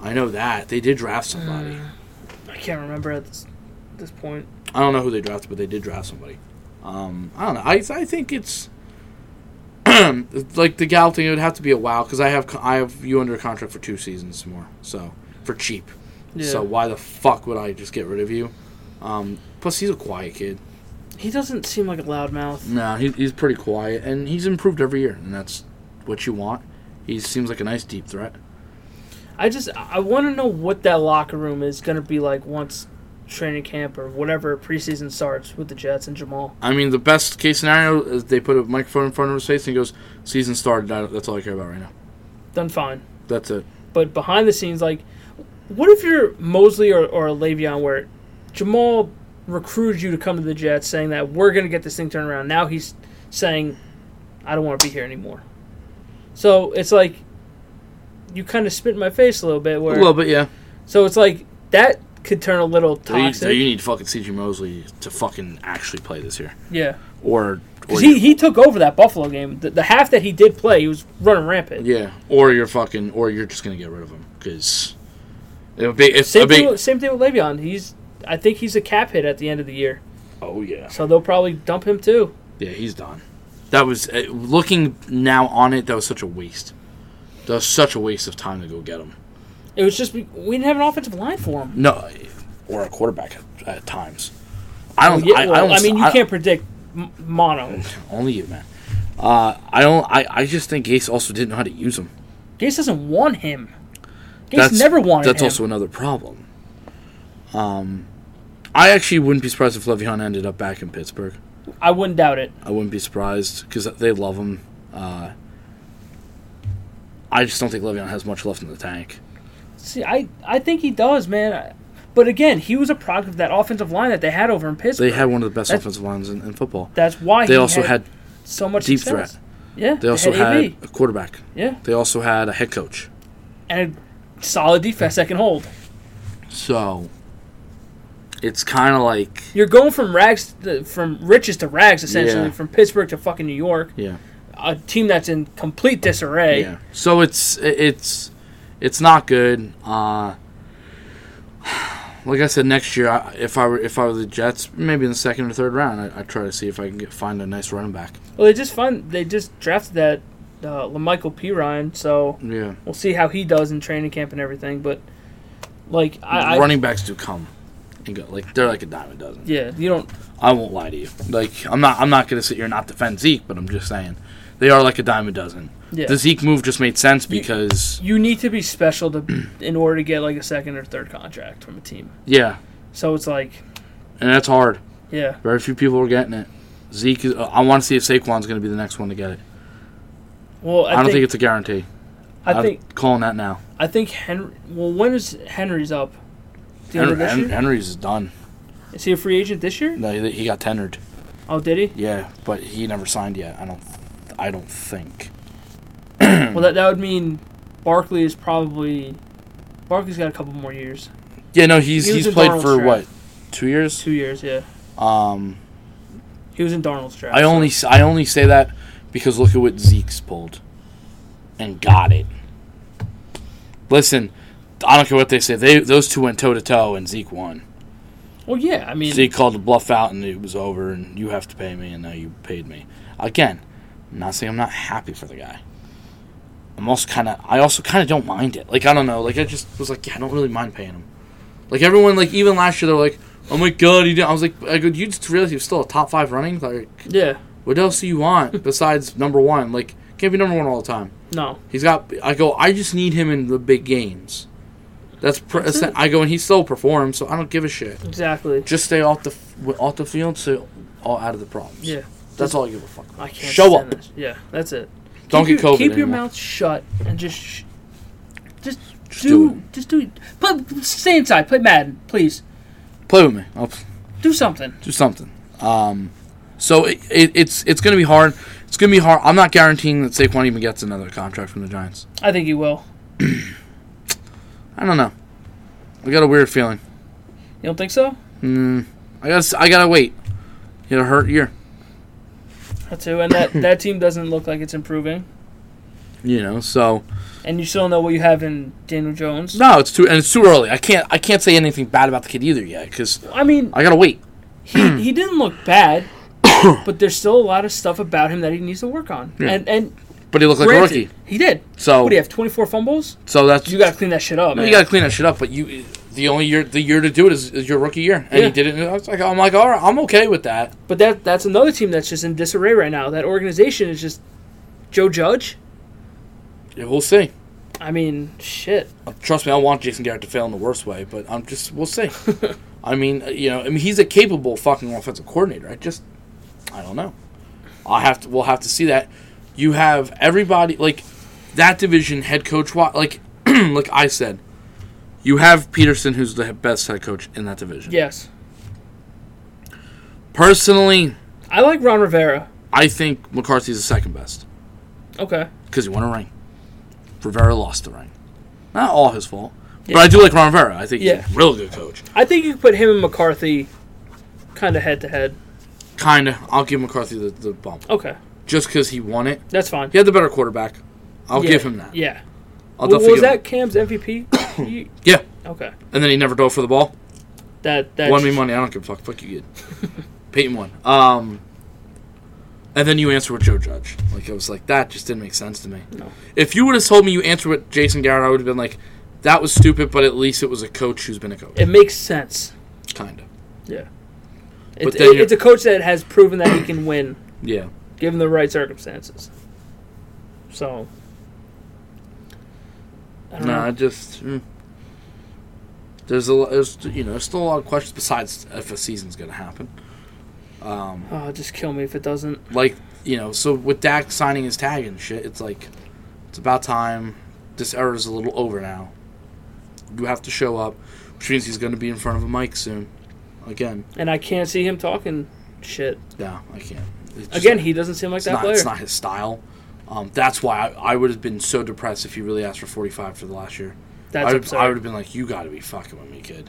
A: I know that they did draft somebody.
B: I can't remember at this, this point.
A: I don't know who they drafted, but they did draft somebody. Um, I don't know. I I think it's like the Gal thing. It would have to be a wow because I have I have you under contract for two seasons more, so for cheap.
B: Yeah.
A: So why the fuck would I just get rid of you? Um, plus, he's a quiet kid.
B: He doesn't seem like a loudmouth.
A: No, he, he's pretty quiet, and he's improved every year, and that's what you want. He seems like a nice deep threat.
B: I just I want to know what that locker room is going to be like once training camp or whatever preseason starts with the Jets and Jamal.
A: I mean, the best case scenario is they put a microphone in front of his face and he goes, "Season started. I- That's all I care about right now.
B: Done fine.
A: That's it."
B: But behind the scenes, like, what if you're Mosley or, or Le'Veon, where Jamal recruited you to come to the Jets, saying that we're going to get this thing turned around. Now he's saying, I don't want to be here anymore. So it's like you kind of spit in my face a little bit. Where
A: A little bit, yeah. So
B: so it's like that could turn a little
A: you,
B: toxic.
A: so you need fucking C.J. Mosley to fucking actually play this year,
B: yeah,
A: or, or
B: 'Cause he he took over that Buffalo game. The, the half that he did play, he was running rampant.
A: yeah, or you're fucking, or you're just gonna get rid of him because it would be it's a
B: Same thing,
A: big.
B: with, same thing with Le'Veon. He's I think he's a cap hit at the end of the year,
A: Oh yeah,
B: so they'll probably dump him too.
A: yeah, he's done. That was uh, looking now on it. That was such a waste. That was such a waste of time to go get him.
B: It was just we, we didn't have an offensive line for him.
A: No, or a quarterback at, at times. I don't.
B: Yeah,
A: I,
B: well, I,
A: I, don't,
B: mean, you
A: I-
B: can't predict m- mono.
A: Only you, man. Uh, I don't. I, I just think Gase also didn't know how to use him.
B: Gase doesn't want him. Gase never wanted
A: That's
B: him.
A: also another problem. Um, I actually wouldn't be surprised if Le'Veon ended up back in Pittsburgh.
B: I wouldn't doubt it.
A: I wouldn't be surprised because they love him. Uh, I just don't think Le'Veon has much left in the tank.
B: See, I I think he does, man. I, but again, he was a product of that offensive line that they had over in Pittsburgh.
A: They had one of the best
B: That's-
A: offensive lines in, in football.
B: That's why
A: They
B: he
A: also had
B: so much
A: deep
B: success.
A: threat.
B: Yeah,
A: They also
B: had,
A: had
B: AB.
A: a quarterback.
B: yeah,
A: They also had a head coach.
B: and a solid defense that can hold.
A: So it's kind of like
B: You're going from rags to, from riches to rags essentially,
A: Yeah.
B: from Pittsburgh to fucking New York,
A: yeah.
B: a team that's in complete disarray.
A: Yeah. So it's it's it's not good. Uh, like I said, next year, I, if I were if I were the Jets, maybe in the second or third round, I, I try to see if I can get, find a nice running back.
B: Well, they just find they just drafted that uh, Lamichael P Ryan, so
A: Yeah,
B: we'll see how he does in training camp and everything. But like I, I
A: running backs do come and go. Like they're like a dime a dozen.
B: yeah, you don't.
A: I won't lie to you. Like I'm not I'm not gonna sit here and not defend Zeke, but I'm just saying they are like a dime a dozen.
B: Yeah,
A: The Zeke move just made sense because
B: you need to be special to in order to get like a second or third contract from a team.
A: yeah,
B: So it's like
A: and that's hard.
B: yeah,
A: Very few people are getting it. Zeke, is, I want to see if Saquon's going to be the next one to get it.
B: well I,
A: I, don't think,
B: think,
A: it's a guarantee.
B: I think
A: am calling that now.
B: I think Henry. Well, when is Henry's up? The end
A: Henry,
B: of this year?
A: Henry's is done.
B: Is he a free agent this year?
A: No, he he got tendered.
B: Oh, did he?
A: Yeah, but he never signed yet. I don't. I don't think. Hmm.
B: Well, that that would mean Barkley is probably Barkley's got a couple more years,
A: Yeah, no, he's
B: He was
A: he's
B: in
A: played
B: Darnold's
A: for
B: draft.
A: what, two years?
B: two years. Yeah,
A: Um,
B: he was in Darnold's draft.
A: I only s- I only say that because look at what Zeke's pulled, and got it. Listen, I don't care what they say. They those two went toe to toe, and Zeke won.
B: Well, yeah, I mean,
A: Zeke called the bluff out, and it was over. And you have to pay me, and now you paid me. Again, I'm not saying I'm not happy for the guy. I'm also kind of, I also kind of don't mind it. Like I don't know, like I just was like, yeah, I don't really mind paying him. Like everyone, like even last year, they're like, oh my god, he did. I was like, I go, you just realize he was still a top five running. Like,
B: yeah,
A: what else do you want besides number one? Like, can't be number one all the time.
B: no,
A: He's got. I go. I just need him in the big games. That's. Pr-
B: That's it.
A: I go, and he still performs, so I don't give a shit
B: exactly.
A: just stay off the f- w- off the field, so all out of the problems.
B: Yeah,
A: that's all I give a fuck. About.
B: I can't
A: Show
B: stand
A: up.
B: This. Yeah, that's it.
A: Don't
B: keep
A: get
B: your,
A: COVID
B: Keep your
A: anymore.
B: mouth shut and just, sh- just,
A: Just
B: do,
A: do
B: just do. Play, stay inside. Play Madden, please.
A: Play with me. I'll p-
B: Do something.
A: do something. Um, so it, it, it's it's gonna be hard. It's gonna be hard. I'm not guaranteeing that Saquon even gets another contract from the Giants.
B: I think he will.
A: I don't know. I got a weird feeling.
B: You don't think so?
A: I got to I gotta wait. He had a hurt year.
B: That's too. And that that team doesn't look like it's improving.
A: You know, so
B: And you still know what you have in Daniel Jones.
A: no, it's too and it's too early. I can't I can't say anything bad about the kid either yet because
B: I mean,
A: I gotta wait.
B: he, he didn't look bad, but there's still a lot of stuff about him that he needs to work on.
A: Yeah.
B: And and
A: But he looked like
B: granted,
A: a rookie,
B: he did.
A: so
B: What do you have? 24 fumbles.
A: so that's
B: You got to clean that shit up, man.
A: you gotta clean that shit up. But you the only year the year to do it is, is your rookie year, and
B: Yeah.
A: he did it. And I was like, I'm like, all right, I'm okay with that.
B: But that that's another team that's just in disarray right now. That organization is just Joe Judge.
A: Yeah, we'll see.
B: I mean, shit.
A: Trust me, I want Jason Garrett to fail in the worst way, but I'm just we'll see. I mean, you know, I mean he's a capable fucking offensive coordinator. I just I don't know. I have to we'll have to see that. You have everybody like that division head coach wa- like like I said, you have Peterson who's the best head coach in that division.
B: Yes,
A: Personally,
B: I like Ron Rivera.
A: I think McCarthy's the second best
B: Okay,
A: because he won a ring. Rivera lost the ring. Not all his fault. But I do like Ron Rivera. I think
B: Yeah.
A: he's a real good coach.
B: I think you could put him and McCarthy kind of head to head.
A: Kinda. I'll give McCarthy the, the bump.
B: Okay,
A: Just because he won it.
B: that's fine.
A: He had the better quarterback. I'll
B: Yeah,
A: give him that.
B: Yeah.
A: I'll
B: Wa-
A: definitely
B: was
A: give
B: that Cam's MVP? You-
A: him- Yeah.
B: okay.
A: And then he never dove for the ball.
B: That that
A: won me money. I don't give a fuck. Fuck you, kid. Peyton won. Um, and then you answer with Joe Judge. Like, I was like, that just didn't make sense to me.
B: No.
A: If you would have told me you answered with Jason Garrett, I would have been like, that was stupid, but at least it was a coach who's been a coach.
B: It makes sense.
A: kind of.
B: Yeah.
A: But
B: It's,
A: then
B: it-
A: you're-
B: it's a coach that has proven that he can win
A: Yeah.
B: given the right circumstances. So. I don't
A: No, I
B: know.
A: just mm. there's a lo- there's you know still a lot of questions besides if a season's gonna happen. Um,
B: Oh, just kill me if it doesn't.
A: like you know, so with Dak signing his tag and shit, it's like it's about time. This era's a little over now. You have to show up, which means he's gonna be in front of a mic soon. Again,
B: And I can't see him talking shit.
A: no, I can't. It's just-
B: Again, he doesn't seem like
A: it's
B: that
A: not,
B: player.
A: it's not his style. Um, that's why I, I would have been so depressed if he really asked for 45 for the last year.
B: That's
A: I,
B: absurd.
A: I would have been like, "You got to be fucking with me, kid."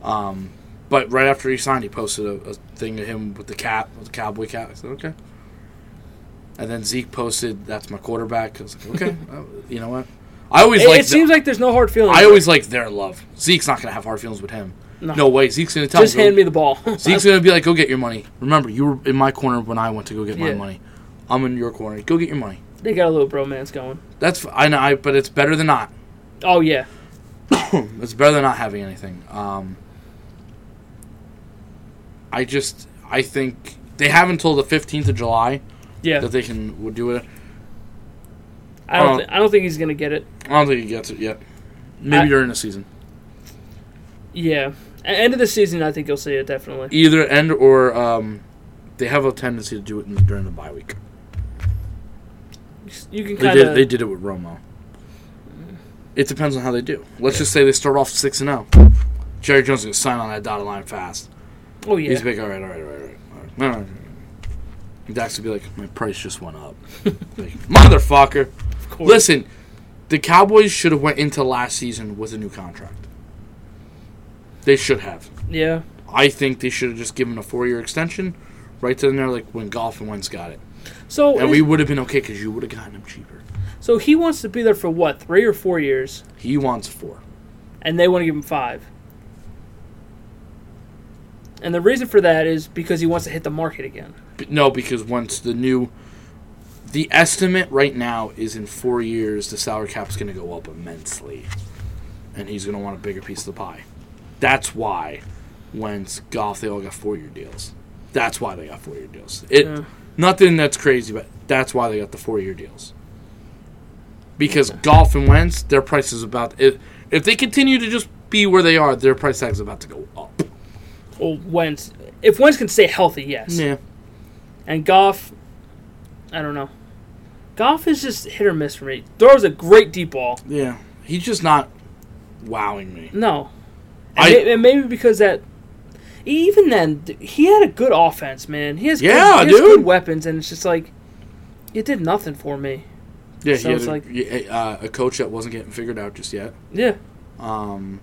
A: um, but right after he signed, he posted a, a thing of him with the cap, with the cowboy cap. I said, "Okay." And then Zeke posted, "That's my quarterback." I was like, "Okay, uh, you know what?" I always
B: it
A: like.
B: it seems like there's no hard feelings.
A: I always like their love. Zeke's not gonna have hard feelings with him.
B: No.
A: No, way. Zeke's gonna tell
B: just
A: him.
B: hand me the ball.
A: Zeke's gonna be like, "Go get your money." Remember, you were in my corner when I went to go get my
B: Yeah.
A: money. I'm in your corner. Go get your money.
B: they got a little bromance going.
A: That's f- I know, I, but it's better than not.
B: Oh yeah,
A: It's better than not having anything. Um, I just I think they have until the fifteenth of July
B: yeah.
A: that they can would do it.
B: I don't.
A: uh,
B: thi- I don't think he's gonna get it.
A: I don't think he gets it yet. Maybe
B: I-
A: during the season,
B: Yeah. A- End of the season, I think you'll see it definitely.
A: either end or um, they have a tendency to do it in during the bye week.
B: You can
A: They
B: kind
A: did they
B: of.
A: did it with Romo. It depends on how they do. Let's just say they start off six and zero. Jerry Jones is gonna sign on that dotted line fast.
B: Oh yeah.
A: He's big. All right, all right, all right, all right. All right. All right, all right. And Dax would be like, my price just went up. like, motherfucker.
B: of course.
A: Listen, the Cowboys should have went into last season with a new contract. They should have.
B: Yeah.
A: I think they should have just given a four-year extension right then and there, like when Golf and Wentz got it,
B: So
A: and
B: is-
A: we would have been okay because you would have gotten him cheaper.
B: so he wants to be there for what three or four years,
A: He wants four.
B: and they want to give him five. And the reason for that is because he wants to hit the market again.
A: B- No, because once the new, the estimate right now is in four years the salary cap's going to go up immensely, and he's going to want a bigger piece of the pie. That's why, when's golf they all got four year deals. That's why they got four year deals. It
B: Yeah.
A: nothing that's crazy, but that's why they got the four year deals. Because golf and Wentz, their price is about if if they continue to just be where they are, their price tag's about to go up.
B: Well, Wentz, if Wentz can stay healthy, yes.
A: Yeah,
B: And Goff, I don't know. Goff is just hit or miss for me. Throws a great deep ball.
A: yeah. He's just not wowing me.
B: No, and,
A: I-
B: may- and maybe because that. Even then, th- he had a good offense, man. He has good-
A: Yeah,
B: he has good
A: dude.
B: weapons, and it's just like it did nothing for me.
A: Yeah,
B: So
A: he had
B: it's
A: a,
B: like-
A: y- uh, a coach that wasn't getting figured out just yet.
B: Yeah,
A: Um,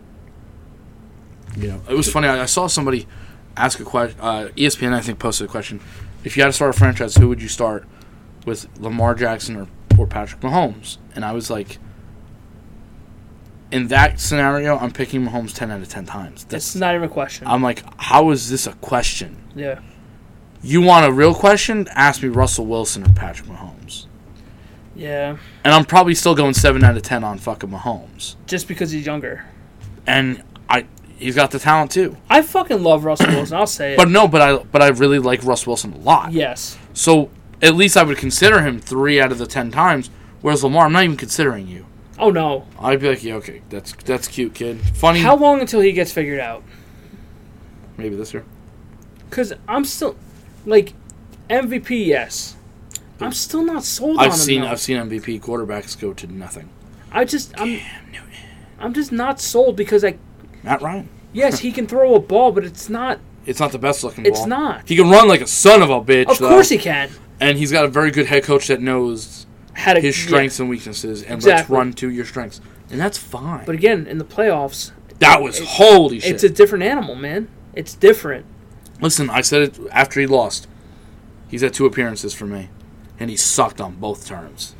A: you know, it was funny. I, I saw somebody ask a question. Uh, ESPN, I think, posted a question: If you had to start a franchise, who would you start with, Lamar Jackson or or Patrick Mahomes. And I was like, in that scenario, I'm picking Mahomes 10 out of 10 times.
B: It's
A: That's,
B: not even a question.
A: I'm like, how is this a question?
B: yeah.
A: You want a real question? Ask me Russell Wilson or Patrick Mahomes.
B: Yeah.
A: And I'm probably still going 7 out of 10 on fucking Mahomes.
B: Just because he's younger.
A: And I he's got the talent too.
B: I fucking love Russell Wilson. I'll say it.
A: But no, but I but I really like Russ Wilson a lot.
B: yes.
A: So at least I would consider him 3 out of the 10 times whereas Lamar I'm not even considering you.
B: Oh no.
A: I'd be like, yeah, okay, that's that's cute, kid. Funny,
B: How long until he gets figured out?
A: maybe this year.
B: Because I'm still, like, MVP. Yes. I'm still not sold on
A: I've
B: him.
A: seen
B: though.
A: I've seen MVP quarterbacks go to nothing.
B: I just I'm I'm just not sold because I
A: Matt Ryan,
B: yes he can throw a ball, but it's not.
A: it's not the best looking.
B: It's
A: ball.
B: not.
A: He can run like a son of a bitch.
B: Of
A: though,
B: course he can.
A: and he's got a very good head coach that knows
B: Had a,
A: his
B: yeah.
A: strengths and weaknesses, and let's
B: Exactly.
A: run to your strengths, and that's fine.
B: But again, in the playoffs,
A: that was holy shit.
B: it's a different animal, man. It's different.
A: Listen, I said it after he lost. He's had two appearances for me, and he sucked on both terms.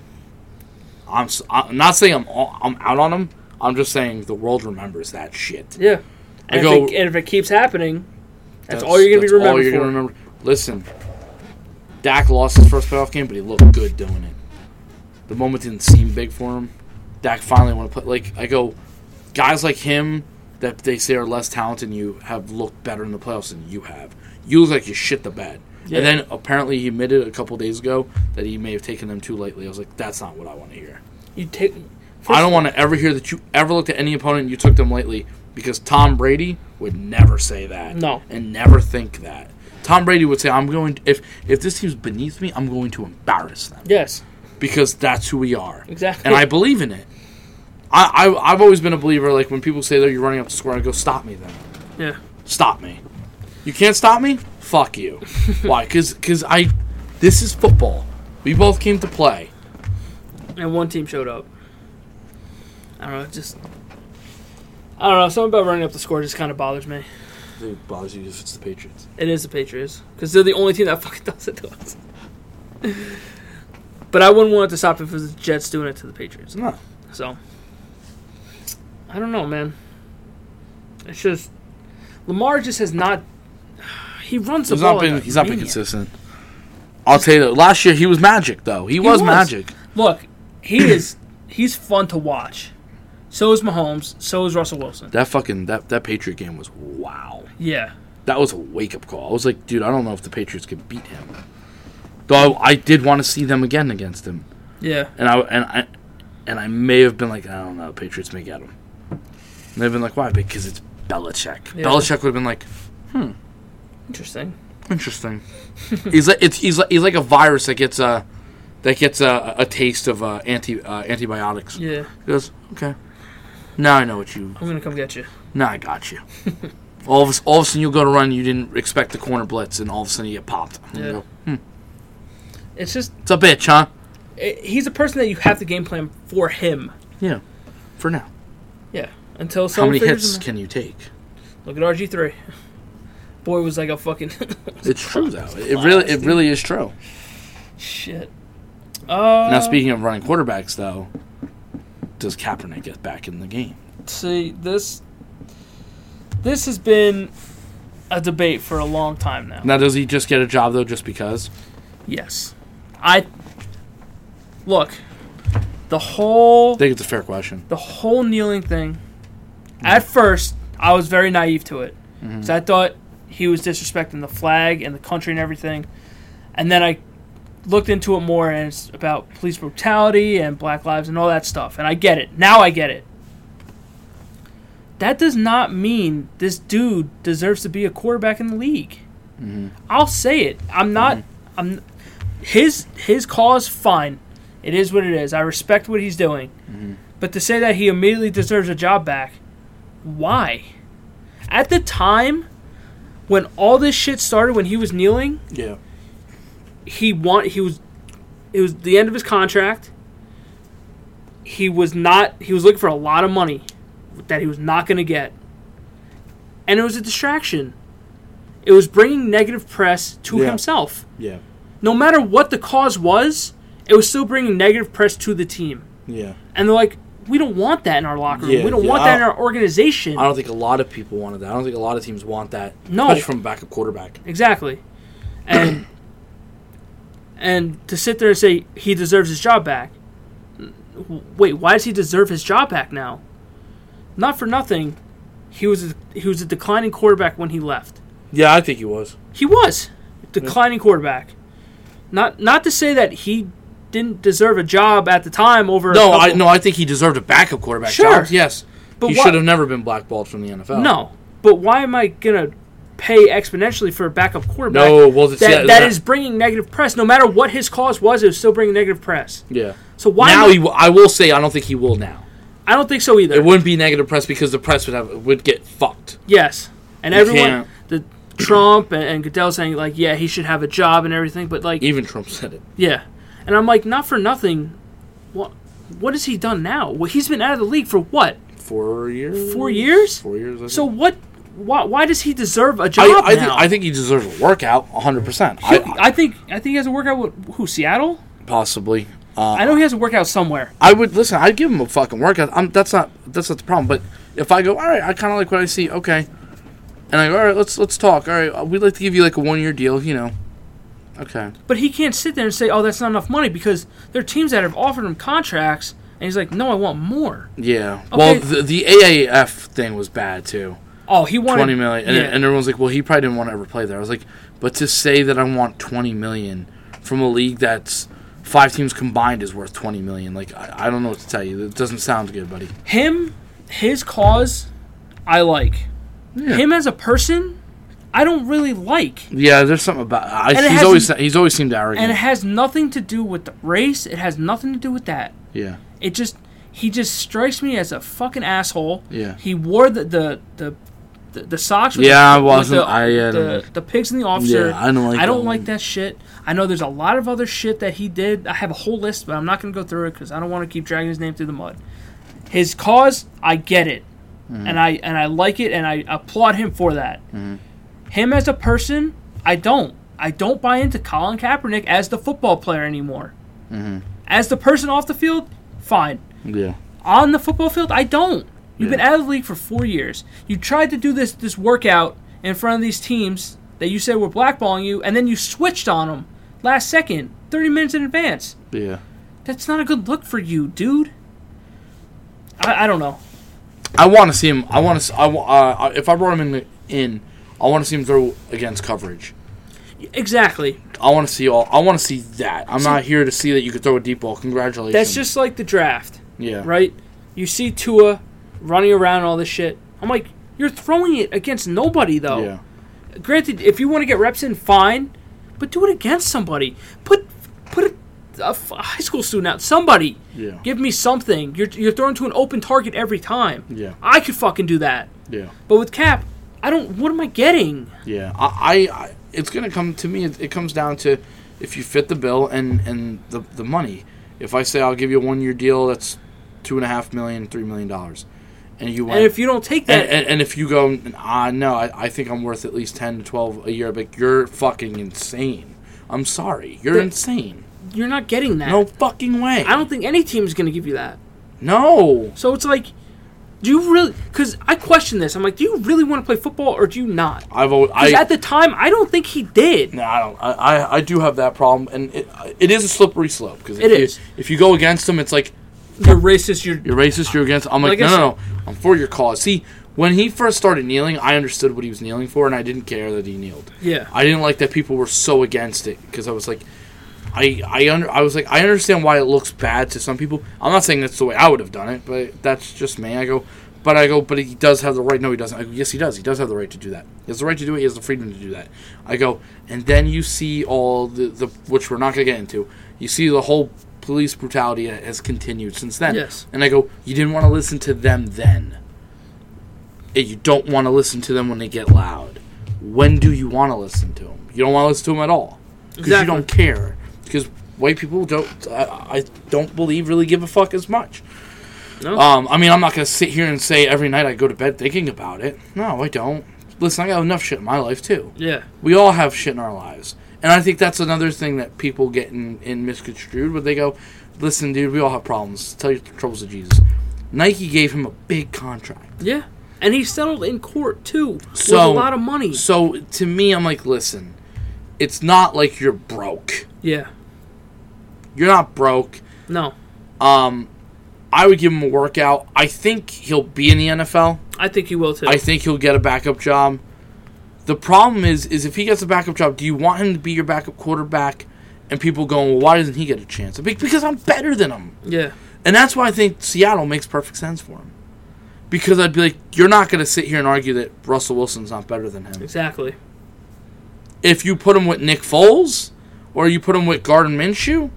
A: I'm, s- I'm not saying I'm all, I'm out on him. I'm just saying the world remembers that shit.
B: Yeah.
A: I
B: And, if
A: go-
B: it, and if it keeps happening, that's, all you're gonna be
A: that's all
B: remembered
A: you're
B: for.
A: gonna remember. Listen, Dak lost his first playoff game, but he looked good doing it. The moment didn't seem big for him. Dak finally want to play. Like I go, guys like him that they say are less talented than you have looked better in the playoffs than you have. You look like you shit the bed.
B: Yeah.
A: And then apparently he admitted a couple days ago that he may have taken them too lightly. I was like, that's not what I want to hear.
B: You take.
A: I don't want to ever hear that you ever looked at any opponent and you took them lightly because Tom Brady would never say that.
B: No.
A: And never think that. Tom Brady would say, I'm going if if this team's beneath me, I'm going to embarrass them.
B: Yes.
A: Because that's who we are.
B: Exactly.
A: And I believe in it. I, I I've always been a believer, like when people say that you're running up the score, I go, Stop me then.
B: Yeah.
A: Stop me. You can't stop me? Fuck you. Why? Cause cause I this is football. We both came to play.
B: And one team showed up. I don't know. Just. I don't know. Something about running up the score just kind of bothers me.
A: It bothers you if it's the Patriots.
B: It is the Patriots because they're the only team that fucking does it to us. but I wouldn't want it to stop if it was the Jets doing it to the Patriots.
A: No.
B: So I don't know, man. It's just Lamar just has not. He runs the
A: He's
B: ball.
A: not been
B: like a
A: he's not been
B: maniac.
A: consistent. I'll tell you that last year he was magic though. He, was,
B: was.
A: magic.
B: Look, he is. He's fun to watch. So is Mahomes. So is Russell Wilson.
A: That fucking that that Patriot game was wow.
B: Yeah.
A: That was a wake up call. I was like, dude, I don't know if the Patriots could beat him. Though I, I did want to see them again against him,
B: Yeah.
A: and I and I and I may have been like, I don't know, Patriots may get him. And they've been like, why? Because it's Belichick.
B: Yeah.
A: Belichick would have been like,
B: Interesting.
A: interesting. he's like it's he's like he's like a virus that gets a that gets a, a taste of uh, anti uh, antibiotics.
B: Yeah.
A: He goes, okay. Now I know what you.
B: I'm gonna come get you.
A: Now I got you. all of a, all of a sudden you'll go to run, you didn't expect the corner blitz, and all of a sudden you get popped. And you
B: Yeah.
A: go,
B: It's just
A: it's a bitch, huh?
B: it, he's a person that you have to game plan for him.
A: Yeah. For now,
B: Yeah. Until
A: how
B: someone
A: many
B: figures
A: hits
B: him out.
A: can you take?
B: Look at RG three. Boy was like a fucking
A: It's true though. It really it really is true.
B: shit. Uh,
A: Now speaking of running quarterbacks though, does Kaepernick get back in the game?
B: see this. This has been a debate for a long time now.
A: Now does he just get a job though just because?
B: Yes, I look the whole
A: I think it's a fair question.
B: the whole kneeling thing. At first, I was very naive to it. So I thought he was disrespecting the flag and the country and everything. And then I looked into it more, and it's about police brutality and black lives and all that stuff. And I get it. Now I get it. That does not mean this dude deserves to be a quarterback in the league. I'll say it. I'm not. I'm his his cause. Fine. It is what it is. I respect what he's doing. But to say that he immediately deserves a job back, why? At the time when all this shit started, when he was kneeling,
A: Yeah.
B: he want he was it was the end of his contract. He was not he was looking for a lot of money that he was not going to get. And it was a distraction. It was bringing negative press to
A: Yeah.
B: himself.
A: Yeah.
B: No matter what the cause was, It was still bringing negative press to the team,
A: Yeah.
B: and they're like, "We don't want that in our locker room.
A: Yeah,
B: we don't
A: yeah,
B: want
A: I
B: that in
A: don't-
B: our organization."
A: I don't think a lot of people wanted that. I don't think a lot of teams want that.
B: No.
A: Especially from a backup quarterback.
B: Exactly. And and to sit there and say he deserves his job back. w- Wait, why does he deserve his job back now? Not for nothing. He was a, he was a declining quarterback when he left.
A: Yeah, I think he was.
B: He was declining quarterback. Not not to say that he didn't deserve a job at the time over a
A: No, I
B: couple-
A: no, I think he deserved a backup quarterback
B: Sure.
A: job. Yes.
B: But
A: he
B: why-
A: should have never been blackballed from the NFL.
B: No. But why am I going to pay exponentially for a backup quarterback?
A: No, well, it's-
B: that,
A: yeah,
B: that
A: that-
B: is bringing negative press. No matter what his cause was, it was still bringing negative press.
A: Yeah.
B: So why
A: now
B: am I-
A: he, w- I will say, I don't think he will now.
B: I don't think so either.
A: It wouldn't be negative press because the press would have would get fucked.
B: yes, and
A: You
B: everyone,
A: can't-
B: the Trump and, and Goodell saying like, yeah, he should have a job and everything, but like,
A: Even Trump said it.
B: yeah, and I'm like, not for nothing. What what has he done now? Well, he's been out of the league for what?
A: Four years.
B: Four years?
A: Four years. I think.
B: So what? Why, why does he deserve a job
A: I, I think
B: now?
A: I think he deserves a workout. hundred percent.
B: I, I think I think he has a workout with who Seattle.
A: Possibly. Uh,
B: I know he has a workout somewhere.
A: I would listen. I'd give him a fucking workout. I'm, that's not that's not the problem. But if I go, all right, I kind of like what I see. Okay, and I go, all right, let's let's talk. All right, we'd like to give you like a one year deal. You know. Okay.
B: But he can't sit there and say, "Oh, that's not enough money," because there are teams that have offered him contracts, and he's like, "No, I want more."
A: Yeah. Well, the, the AAF thing was bad too.
B: Oh, he wanted
A: Twenty million, and,
B: Yeah.
A: and everyone's like, well, he probably didn't want to ever play there. I was like, but to say that I want twenty million from a league that's five teams combined is worth twenty million. Like, I, I don't know what to tell you. It doesn't sound good, buddy.
B: him his cause i like him as a person i don't really like
A: Yeah, there's something about. I,
B: it
A: he's
B: has-
A: always he's always seemed arrogant.
B: and it has nothing to do with the race it has nothing to do with that
A: yeah.
B: it just he just strikes me as a fucking asshole
A: Yeah.
B: he wore the the the the, the socks with
A: Yeah, I
B: the, with
A: wasn't-
B: the,
A: I, uh,
B: the, the pigs in the officer
A: Yeah, I don't like
B: i don't
A: that
B: like
A: one.
B: that shit i know there's a lot of other shit that he did i have a whole list but i'm not going to go through it because i don't want to keep dragging his name through the mud his cause i get it
A: Mm-hmm.
B: and i and i like it and i applaud him for that him as a person i don't i don't buy into colin kaepernick as the football player anymore
A: Mm-hmm.
B: as the person off the field fine
A: Yeah.
B: on the football field? I don't. You've been
A: Yeah.
B: out of the league for four years. You tried to do this this workout in front of these teams that you said were blackballing you, and then you switched on them last second, thirty minutes in advance.
A: Yeah.
B: That's not a good look for you, dude. I, I don't know.
A: I want to see him. I want to. I wa- uh, if I brought him in, the, in I want to see him throw against coverage.
B: Exactly.
A: I want to see all. I want to see that. I'm not here to see that you could throw a deep ball. Congratulations.
B: That's just like the draft,
A: yeah.
B: right? You see Tua running around and all this shit. I'm like, you're throwing it against nobody though.
A: Yeah.
B: granted, if you want to get reps in, fine, but do it against somebody. Put put a, a f- a high school student out. Somebody,
A: Yeah.
B: give me something. You're you're thrown to an open target every time.
A: Yeah.
B: I could fucking do that.
A: Yeah.
B: But with Cap, I don't. What am I getting?
A: Yeah, I, I, I it's gonna come to me. It, it comes down to if you fit the bill and and the the money. If I say I'll give you a one year deal, that's two and a half million, three million dollars, and you went,
B: And if you don't take
A: and,
B: that,
A: and, and if you go, ah, no, I, I think I'm worth at least ten to twelve a year. But you're fucking insane. I'm sorry, you're
B: The-
A: insane.
B: you're not getting that.
A: No fucking way.
B: I don't think any team's gonna give you that.
A: No.
B: So it's like, do you really? Because I question this. I'm like, do you really want to play football or do you not?
A: I've always. I,
B: Because at the time, I don't think he did.
A: No, I don't. I, I, I do have that problem, and it, it is a slippery slope because
B: It
A: if, you-
B: is.
A: if you go against them, it's like
B: You're racist. You're
A: you're racist, you're against. I'm like,
B: Like I
A: no, no, no, I'm for your cause. See, when he first started kneeling, I understood what he was kneeling for, and I didn't care that he kneeled.
B: yeah.
A: I didn't like that people were so against it because I was like, I, I under, I was like, I understand why it looks bad to some people. I'm not saying that's the way I would have done it, but that's just me. I go, but I go, but he does have the right. No, he doesn't. I go, yes, he does. He does have the right to do that. He has the right to do it. He has the freedom to do that. I go, and then you see all the, the which we're not gonna get into. You see the whole police brutality that has continued since then.
B: Yes.
A: And I go, you didn't want to listen to them then. And you don't want to listen to them when they get loud. When do you want to listen to them? You don't want to listen to them at all because
B: Exactly.
A: you don't care. Because white people don't, I, I don't believe, really give a fuck as much.
B: No.
A: Um, I mean, I'm not gonna sit here and say every night I go to bed thinking about it. No, I don't. Listen, I got enough shit in my life too.
B: yeah.
A: We all have shit in our lives, And I think that's another thing that people get in, in misconstrued, but they go, listen, dude, we all have problems. Tell your troubles to Jesus. Nike gave him a big contract.
B: Yeah. And he settled in court too
A: So-
B: with a lot of money.
A: So to me, I'm like, listen, it's not like you're broke.
B: Yeah.
A: You're not broke.
B: No.
A: Um, I would give him a workout. I think he'll be in the NFL.
B: I think he will too.
A: I think he'll get a backup job. The problem is, is if he gets a backup job, do you want him to be your backup quarterback? And people going, well, why doesn't he get a chance? Be- Because I'm better than him,
B: yeah.
A: and that's why I think Seattle makes perfect sense for him. Because I'd be like, you're not going to sit here and argue that Russell Wilson's not better than him.
B: Exactly.
A: If you put him with Nick Foles, or you put him with Garden Minshew,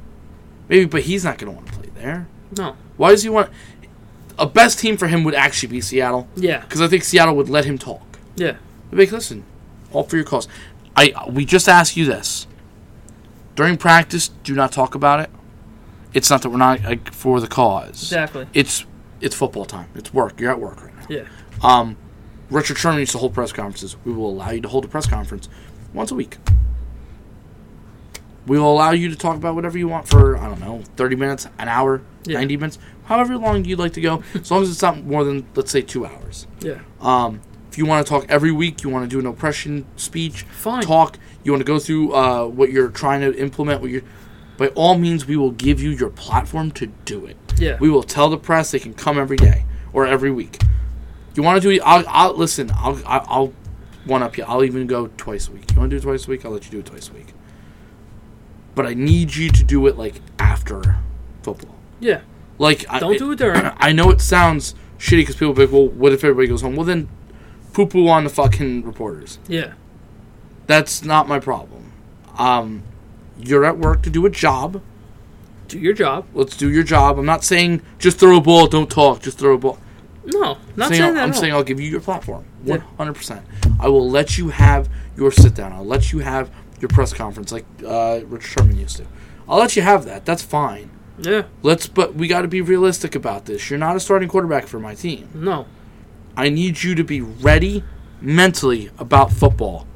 A: maybe, but he's not going to want to play there.
B: No.
A: Why does he want? A best team for him would actually be Seattle,
B: Yeah.
A: because I think Seattle would let him talk.
B: Yeah.
A: They'd be like, listen, all for your cause. I we just asked you this. During practice, do not talk about it. It's not that we're not like, for the cause.
B: Exactly.
A: It's it's football time. It's work. You're at work right now.
B: Yeah.
A: Richard Sherman used to hold press conferences. We will allow you to hold a press conference once a week. We will allow you to talk about whatever you want for I don't know, thirty minutes, an hour,
B: Yeah.
A: ninety minutes, however long you'd like to go, as long as it's not more than let's say two hours.
B: Yeah.
A: Um, if you want to talk every week, you want to do an oppression speech,
B: Fine.
A: talk. You want to go through uh, what you're trying to implement. What you're, by all means, we will give you your platform to do it.
B: Yeah.
A: We will tell the press they can come every day or every week. You want to do? I'll, I'll listen. I'll I'll I'll one up you. I'll even go twice a week. You want to do it twice a week? I'll let you do it twice a week. But I need you to do it like after football.
B: yeah.
A: Like
B: Don't
A: I,
B: do it during.
A: I know it sounds shitty because people be like, well, what if everybody goes home? Well, then poo poo on the fucking reporters.
B: yeah.
A: That's not my problem. Um, you're at work to do a job.
B: Do your job.
A: Let's do your job. I'm not saying just throw a ball, don't talk, just throw a ball.
B: No. Not
A: Saying
B: saying
A: I'll-
B: that.
A: I'm
B: at all.
A: saying I'll give you your platform.
B: Yeah.
A: 100%. I will let you have your sit down. I'll let you have your press conference like uh, Richard Sherman used to. I'll let you have that. That's fine.
B: yeah.
A: Let's, but we got to be realistic about this. You're not a starting quarterback for my team.
B: No.
A: I need you to be ready mentally about football.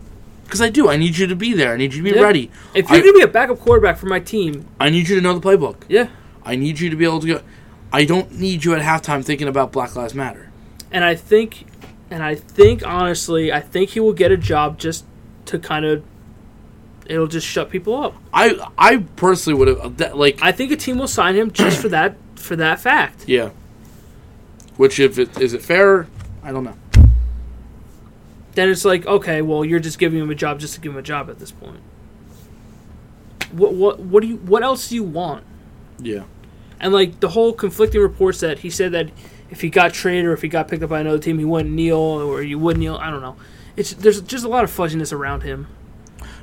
A: Because I do. I need you to be there. I need you to be
B: Yeah.
A: ready.
B: If you're
A: I,
B: gonna be a backup quarterback for my team,
A: I need you to know the playbook.
B: yeah.
A: I need you to be able to go. I don't need you at halftime thinking about Black Lives Matter.
B: And I think, and I think honestly, I think he will get a job just to kind of. It'll just shut people up.
A: I I personally would have that like
B: I think a team will sign him just for that for that fact.
A: yeah. Which if it is it fair? I don't know.
B: Then it's like, okay, well, you're just giving him a job just to give him a job at this point. What what what do you what else do you want?
A: Yeah.
B: And like the whole conflicting reports that he said that if he got traded or if he got picked up by another team, he wouldn't kneel or you would kneel. I don't know. It's there's just a lot of fuzziness around him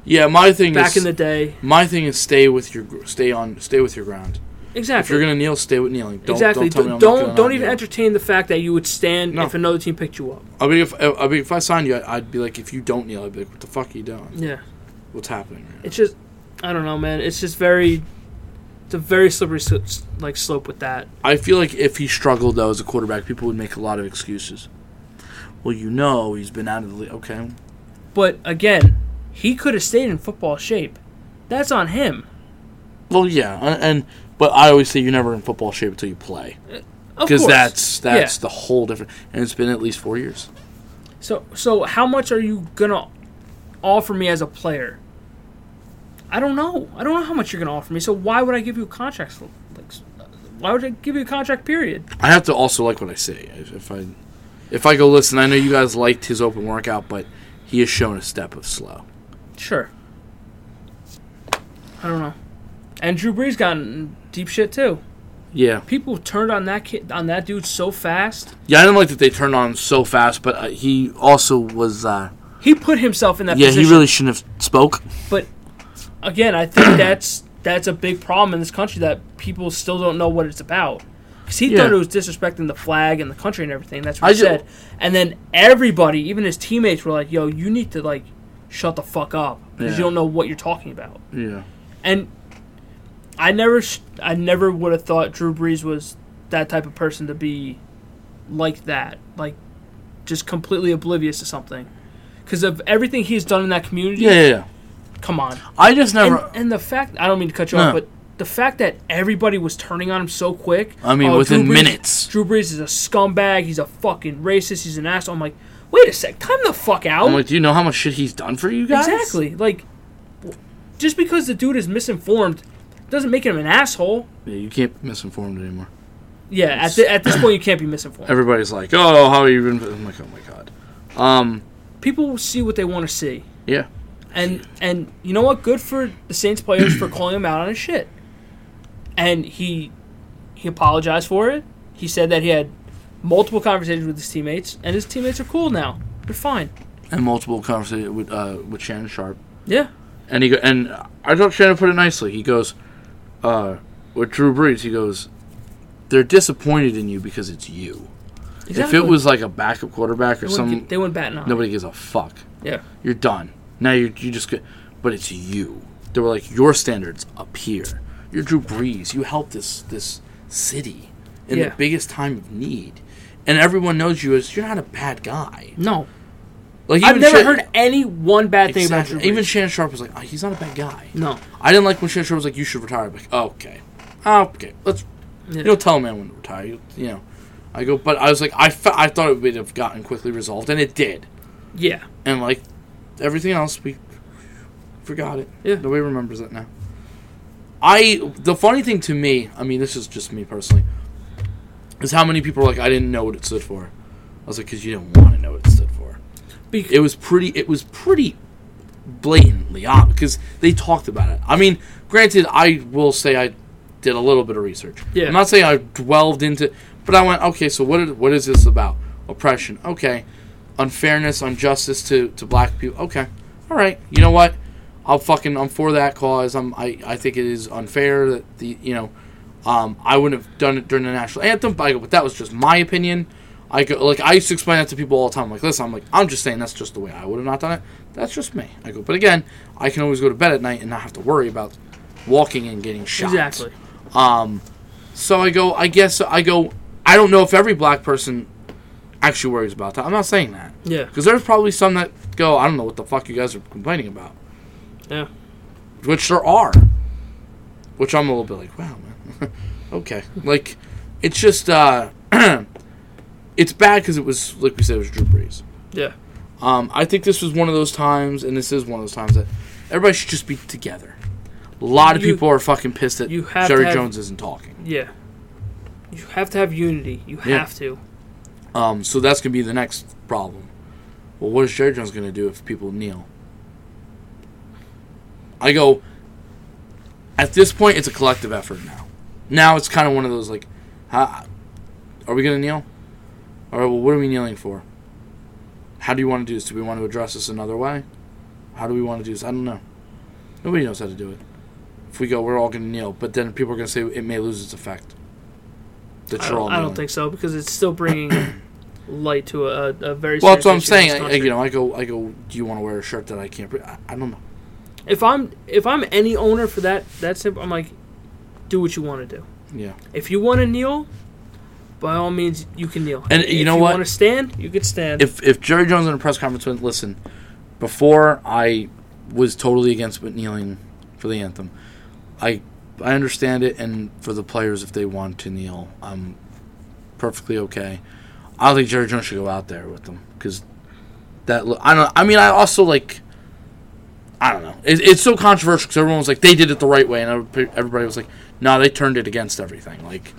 A: Yeah. My thing
B: back
A: is
B: in the day.
A: my thing is stay with your gr- stay on stay with your ground. If
B: Exactly.
A: you're gonna kneel, stay with kneeling. Don't,
B: exactly.
A: Don't tell me I'm
B: Don't don't,
A: not
B: don't even
A: enter.
B: entertain the fact that you would stand
A: No.
B: if another team picked you up.
A: I mean, if I mean, if I signed you, I'd be like, if you don't kneel, I'd be like, what the fuck are you doing?
B: Yeah.
A: What's happening? Right now?
B: It's just I don't know, man. It's just very it's a very slippery sl- like slope with that.
A: I feel like if he struggled though as a quarterback, people would make a lot of excuses. Well, you know, he's been out of the league. Okay,
B: But again, he could have stayed in football shape. That's on him.
A: well, yeah, and, and but I always say you're never in football shape until you play
B: Of
A: because
B: course.
A: that's that's
B: Yeah.
A: the whole different. And it's been at least four years.
B: So so how much are you gonna offer me as a player? I don't know. I don't know how much you're gonna offer me. So why would I give you a contract? for- Like, s- uh, why would I give you a contract? Period.
A: I have to also like what I say. If, if I if I go listen, I know you guys liked his open workout, but he has shown a step of slow.
B: Sure. I don't know. And Drew Brees got in deep shit too.
A: Yeah,
B: People turned on that kid on that dude so fast.
A: yeah, I didn't like that they turned on him so fast, but uh, he also was. Uh,
B: He put himself in that
A: yeah,
B: position.
A: he really shouldn't have spoke.
B: But again, I think that's that's a big problem in this country that people still don't know what it's about. Because he thought
A: Yeah.
B: it was disrespecting the flag and the country and everything. That's
A: I
B: what he
A: ju-
B: said. And then everybody, even his teammates, were like, "Yo, you need to like shut the fuck up because
A: Yeah.
B: you don't know what you're talking about."
A: Yeah.
B: And I never, sh- I never would have thought Drew Brees was that type of person to be like that, like just completely oblivious to something. Because of everything he's done in that community,
A: Yeah, yeah, yeah.
B: Come on.
A: I just never.
B: And, and the fact I don't mean to cut you off,
A: No.
B: but the fact that everybody was turning on him so quick.
A: I mean,
B: oh,
A: within
B: Drew Brees-
A: minutes.
B: Drew Brees is a scumbag. He's a fucking racist. He's an asshole. I'm like, wait a sec. Time the fuck out.
A: I'm like, do you know how much shit he's done for you guys?
B: exactly. Like, w- just because the dude is misinformed doesn't make him an asshole.
A: Yeah, you can't be misinformed anymore.
B: Yeah. At, thi- at this point, you can't be misinformed.
A: Everybody's like, oh, how are you been? I'm like, oh my god. Um,
B: People will see what they want to see.
A: yeah.
B: And and you know what? Good for the Saints players for calling him out on his shit. And he he apologized for it. He said that he had multiple conversations with his teammates, and his teammates are cool now. They're fine.
A: and multiple conversations with uh, with Shannon Sharp.
B: Yeah.
A: And he go, and I thought Shannon put it nicely. He goes, uh, with Drew Brees, he goes, they're disappointed in you because it's you.
B: Exactly.
A: If it was like a backup quarterback or
B: they wouldn't
A: some,
B: get- they went bat nine.
A: nobody gives a fuck.
B: Yeah.
A: You're done. Now you you just get, but it's you. They were like your standards up here. You're Drew Brees. You helped this this city in
B: Yeah.
A: the biggest time of need, and everyone knows you as you're not a bad guy.
B: No.
A: Like
B: I've
A: even
B: never
A: Shan-
B: heard any one bad thing
A: Exactly.
B: about Drew Brees.
A: Even Shannon Sharp was like, oh, he's not a bad guy.
B: no.
A: I didn't like when Shannon Sharp was like, you should retire. I'm like, oh, okay. Oh, okay. Let's,
B: Yeah.
A: you know, tell a man when to retire. You, you know, I go, but I was like, I, fe- I thought it would have gotten quickly resolved, and it did.
B: Yeah.
A: And like everything else, we forgot it.
B: Yeah.
A: Nobody remembers it now. I, the funny thing to me, I mean, this is just me personally, is how many people are like, I didn't know what it stood for. I was like, because you didn't want to know what it stood for
B: Bec-
A: it was pretty it was pretty blatantly obvious because they talked about it i mean granted i will say i did a little bit of research
B: Yeah.
A: i'm not saying i delved into but i went okay so what, is- what is this about oppression okay unfairness injustice to, to black people okay all right you know what i'll fucking i'm for that cause i'm i, I think it is unfair that the you know um, I wouldn't have done it during the national anthem, but I go, but that was just my opinion. I go, like I used to explain that to people all the time. like, listen, I'm like, I'm just saying that's just the way I would have not done it. That's just me. I go, but again, I can always go to bed at night and not have to worry about walking and getting shot.
B: exactly.
A: So I go, I guess I go. I don't know if every black person actually worries about that. I'm not saying that
B: Yeah.
A: because there's probably some that go, I don't know what the fuck you guys are complaining about,
B: Yeah.
A: which there are. Which I'm a little bit like, wow, man, okay. Like, it's just, uh, it's bad because it was like we said, it was Drew Brees.
B: Yeah.
A: Um, I think this was one of those times, and this is one of those times that everybody should just be together. A lot of
B: You-
A: people are fucking pissed that
B: you have
A: Jerry
B: to have-
A: Jones isn't talking.
B: Yeah. You have to have unity. You
A: Yeah.
B: have to.
A: Um, so that's gonna be the next problem. Well, what is Jerry Jones gonna do if people kneel? I go. At this point, it's a collective effort now. Now it's kind of one of those like, how, are we gonna kneel? All right. Well, what are we kneeling for? How do you want to do this? Do we want to address this another way? How do we want to do this? I don't know. Nobody knows how to do it. If we go, we're all gonna kneel, but then people are gonna say it may lose its effect. That
B: I
A: you're all
B: don't, I
A: kneeling.
B: don't think so because it's still bringing light to a, a very.
A: Well, that's what I'm
B: serious issue
A: saying.
B: in
A: I,
B: this
A: you know, I go, I go. Do you want to wear a shirt that I can't? Pre- I, I don't know.
B: country. if I'm if I'm any owner for that that simple, I'm like, do what you want to do.
A: Yeah,
B: If you want to kneel, by all means, you can kneel.
A: And
B: if
A: you know what?
B: want to stand, you can stand.
A: if if Jerry Jones in a press conference went, listen, before I was totally against but kneeling for the anthem, I I understand it, and for the players if they want to kneel, I'm perfectly okay. I don't think Jerry Jones should go out there with them because that lo- I don't. I mean, I also like. I don't know. It, it's so controversial because everyone was like, they did it the right way, and every- everybody was like, no, they turned it against everything. Like,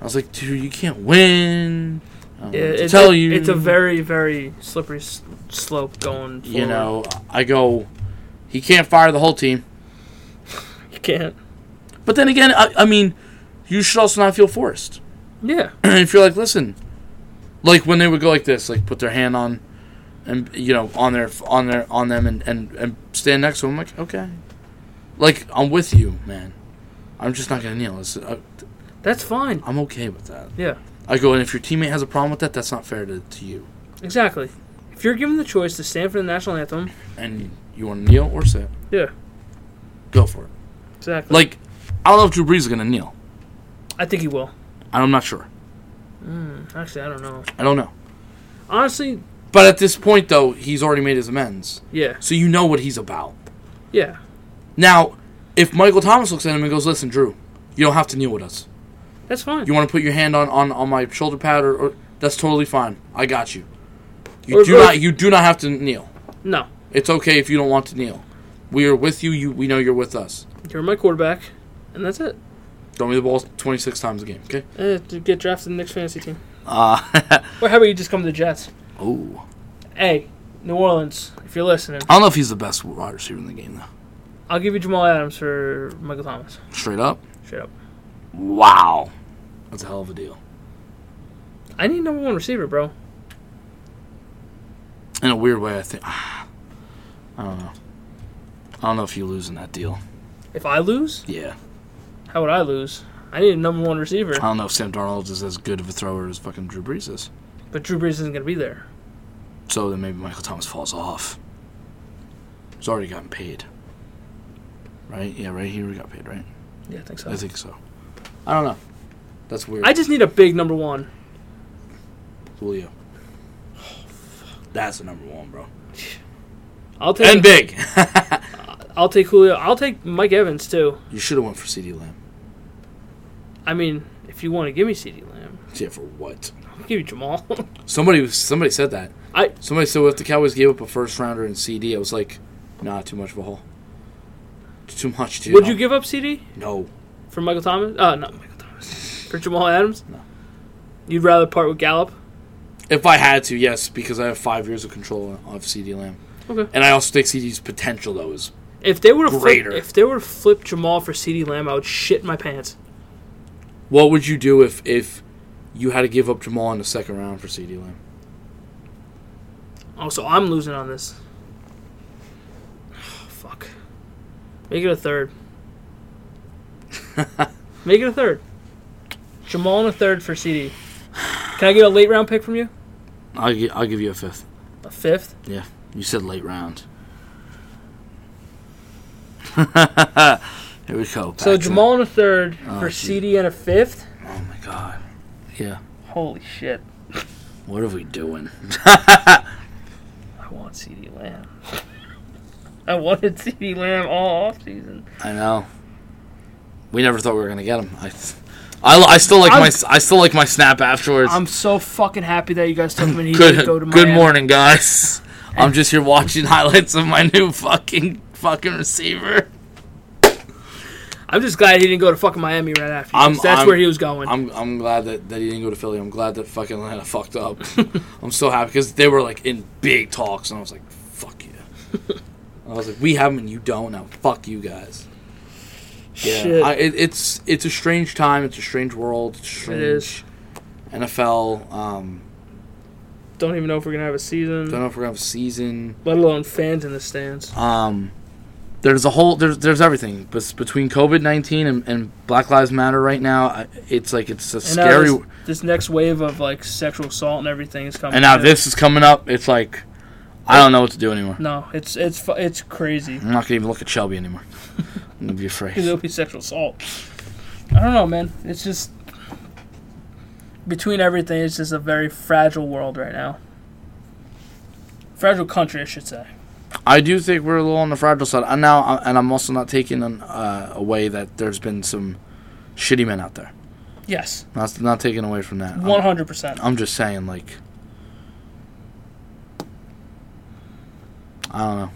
A: I was like, dude, you can't win. I don't know
B: Yeah,
A: what to
B: it's-
A: tell you,
B: it's a very very slippery s- slope going. Forward.
A: you know, I go, he can't fire the whole team.
B: you can't.
A: But then again, I, I mean, you should also not feel forced.
B: Yeah,
A: if you're like, listen, like when they would go like this, like put their hand on, and you know, on their on their on them, and and and stand next to them. I'm like, okay, like I'm with you, man. I'm just not gonna kneel. It's, I,
B: that's fine.
A: I'm okay with that.
B: Yeah,
A: I go, and if your teammate has a problem with that, that's not fair to, to you.
B: exactly. If you're given the choice to stand for the national anthem,
A: And you want to kneel or sit,
B: yeah,
A: go for it.
B: exactly.
A: Like, I don't know if Drew Brees is gonna kneel.
B: I think he will.
A: I'm not sure.
B: Actually, I don't know.
A: I don't know.
B: Honestly,
A: But at this point, though, he's already made his amends.
B: yeah.
A: So you know what he's about.
B: Yeah.
A: Now, if Michael Thomas looks at him and goes, "Listen, Drew, you don't have to kneel with us.
B: That's fine.
A: You want to put your hand on, on, on my shoulder pad, or, or that's totally fine. I got you. You
B: Or-
A: do
B: or-
A: not you do not have to kneel.
B: no.
A: It's okay if you don't want to kneel. We are with you. You we know you're with us.
B: You're my quarterback, and that's it.
A: Throw me the ball 26 times a game. Okay.
B: Eh, to get drafted to the next fantasy team.
A: Uh,
B: Or how about you just come to the Jets?
A: oh,
B: Hey, New Orleans, if you're listening,
A: I don't know if he's the best wide receiver in the game though.
B: I'll give you Jamal Adams for Michael Thomas.
A: Straight up.
B: Straight up.
A: Wow, that's a hell of a deal.
B: I need number one receiver, bro.
A: In a weird way, I think. I don't know. I don't know if you lose in that deal.
B: If I lose,
A: Yeah.
B: how would I lose? I need a number one receiver,
A: I don't know if Sam Darnold is as good of a thrower as fucking Drew Brees is.
B: but Drew Brees isn't going to be there.
A: So then maybe Michael Thomas falls off. He's already gotten paid. Right? Yeah, right? He already got paid, right?
B: Yeah, I think so.
A: I think so. I don't know. That's weird.
B: I just need a big number one.
A: Julio. That's the number one, bro.
B: I'll take
A: And big.
B: I'll take Julio. I'll take Mike Evans too.
A: you should have went for CD Lamb.
B: I mean, if you want to give me CD Lamb,
A: Yeah, for what?
B: I'll give you Jamal.
A: Somebody was somebody said that.
B: I-
A: somebody said well, if the Cowboys gave up a first rounder in CD, I was like, nah, too much of a haul. Too much, dude.
B: would you give up CD
A: No.
B: for Michael Thomas? Uh, not Michael Thomas. For Jamal Adams?
A: No.
B: You'd rather part with Gallup?
A: If I had to, yes, because I have five years of control of CD Lamb.
B: Okay.
A: And I also think CD's potential though is
B: If they would have flipped,
A: Greater.
B: if they would have flipped Jamal for CD Lamb, I would shit my pants.
A: What would you do if if you had to give up Jamal in the second round for CD Lamb?
B: Oh, so I'm losing on this. Oh, fuck. Make it a third. Make it a third. Jamal and a third for CD. Can I get a late round pick from you?
A: I'll, gi- I'll give you a fifth.
B: A fifth?
A: Yeah, you said late round. Here we go.
B: So
A: back to-
B: Jamal and a third
A: Oh,
B: for
A: gee.
B: CD and a fifth?
A: Oh my god. Yeah.
B: Holy shit.
A: What are we doing?
B: I want CD Lamb. I wanted CD Lamb all offseason.
A: I know. We never thought we were gonna get him. I, th- I, li- I still like
B: I'm-
A: my s- I still like my snap afterwards.
B: I'm so fucking happy that you guys took him and he didn't
A: good
B: go to
A: good
B: Miami.
A: morning, guys. I'm just here watching highlights of my new fucking fucking receiver.
B: I'm just glad he didn't go to fucking Miami right after. 'cause
A: I'm-
B: that's
A: I'm-
B: where he was going.
A: I'm I'm glad that, that he didn't go to Philly. I'm glad that fucking Atlanta fucked up. I'm so happy because they were like in big talks, and I was like, "Fuck you." I was like, "We have him, and you don't." Now, fuck you guys.
B: Shit.
A: Yeah, I, it, it's it's a strange time. It's a strange world. It's strange.
B: is.
A: NFL. Um,
B: Don't even know if we're gonna have a season,
A: don't know if we're gonna have a season.
B: let alone fans in the stands.
A: Um, there's a whole there's there's everything. But between COVID nineteen and, and Black Lives Matter right now, I- it's like it's a
B: And now
A: scary.
B: This, this next wave of like sexual assault and everything is coming.
A: and now
B: in.
A: this is coming up. It's like I don't know what to do anymore.
B: No, it's it's fu- it's crazy
A: I'm not gonna even look at Shelby anymore. I'm gonna be
B: because it'll
A: afraid.
B: be sexual assault. I don't know, man. It's just between everything, it's just a very fragile world right now. Fragile country, I should say.
A: I do think we're a little on the fragile side. And now, I- and I'm also not taking an, uh, away that there's been some shitty men out there.
B: Yes,
A: Not not taking away from that. I'm-
B: one hundred percent.
A: I'm just saying, like, I don't know.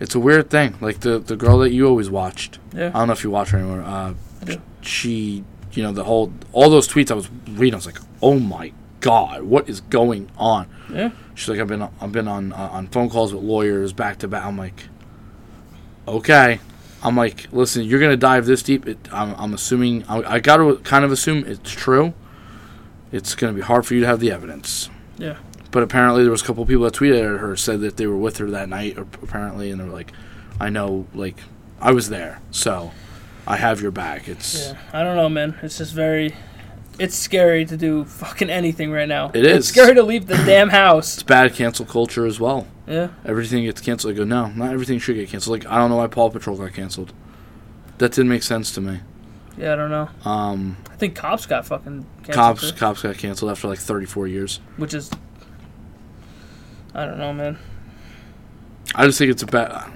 A: It's a weird thing. Like the the girl that you always watched. I
B: Yeah,
A: don't know if you watch her anymore. Uh,
B: I do.
A: she, you know, the whole all those tweets I was reading. I was like, oh my god, what is going on?
B: yeah.
A: She's like, I've been I've been on uh, on phone calls with lawyers back to back. I'm like, okay. I'm like, listen, you're gonna dive this deep. It, I'm, I'm assuming I, I got to kind of assume it's true. It's gonna be hard for you to have the evidence.
B: Yeah.
A: But apparently, there was a couple people that tweeted at her said that they were with her that night. Or apparently, and they were like, I know, like, I was there, so I have your back. It's
B: Yeah, I don't know, man. It's just very. It's scary to do fucking anything right now.
A: It
B: It's
A: is.
B: scary to leave the damn house.
A: it's bad cancel culture as well.
B: Yeah,
A: everything gets canceled. I go, no, not everything should get canceled. Like, I don't know why Paw Patrol got canceled. That didn't make sense to me.
B: yeah, I don't know.
A: Um,
B: I think cops got fucking canceled
A: cops,
B: too,
A: cops got canceled after like 34 years.
B: which is. I don't know, man.
A: I just think it's a bad.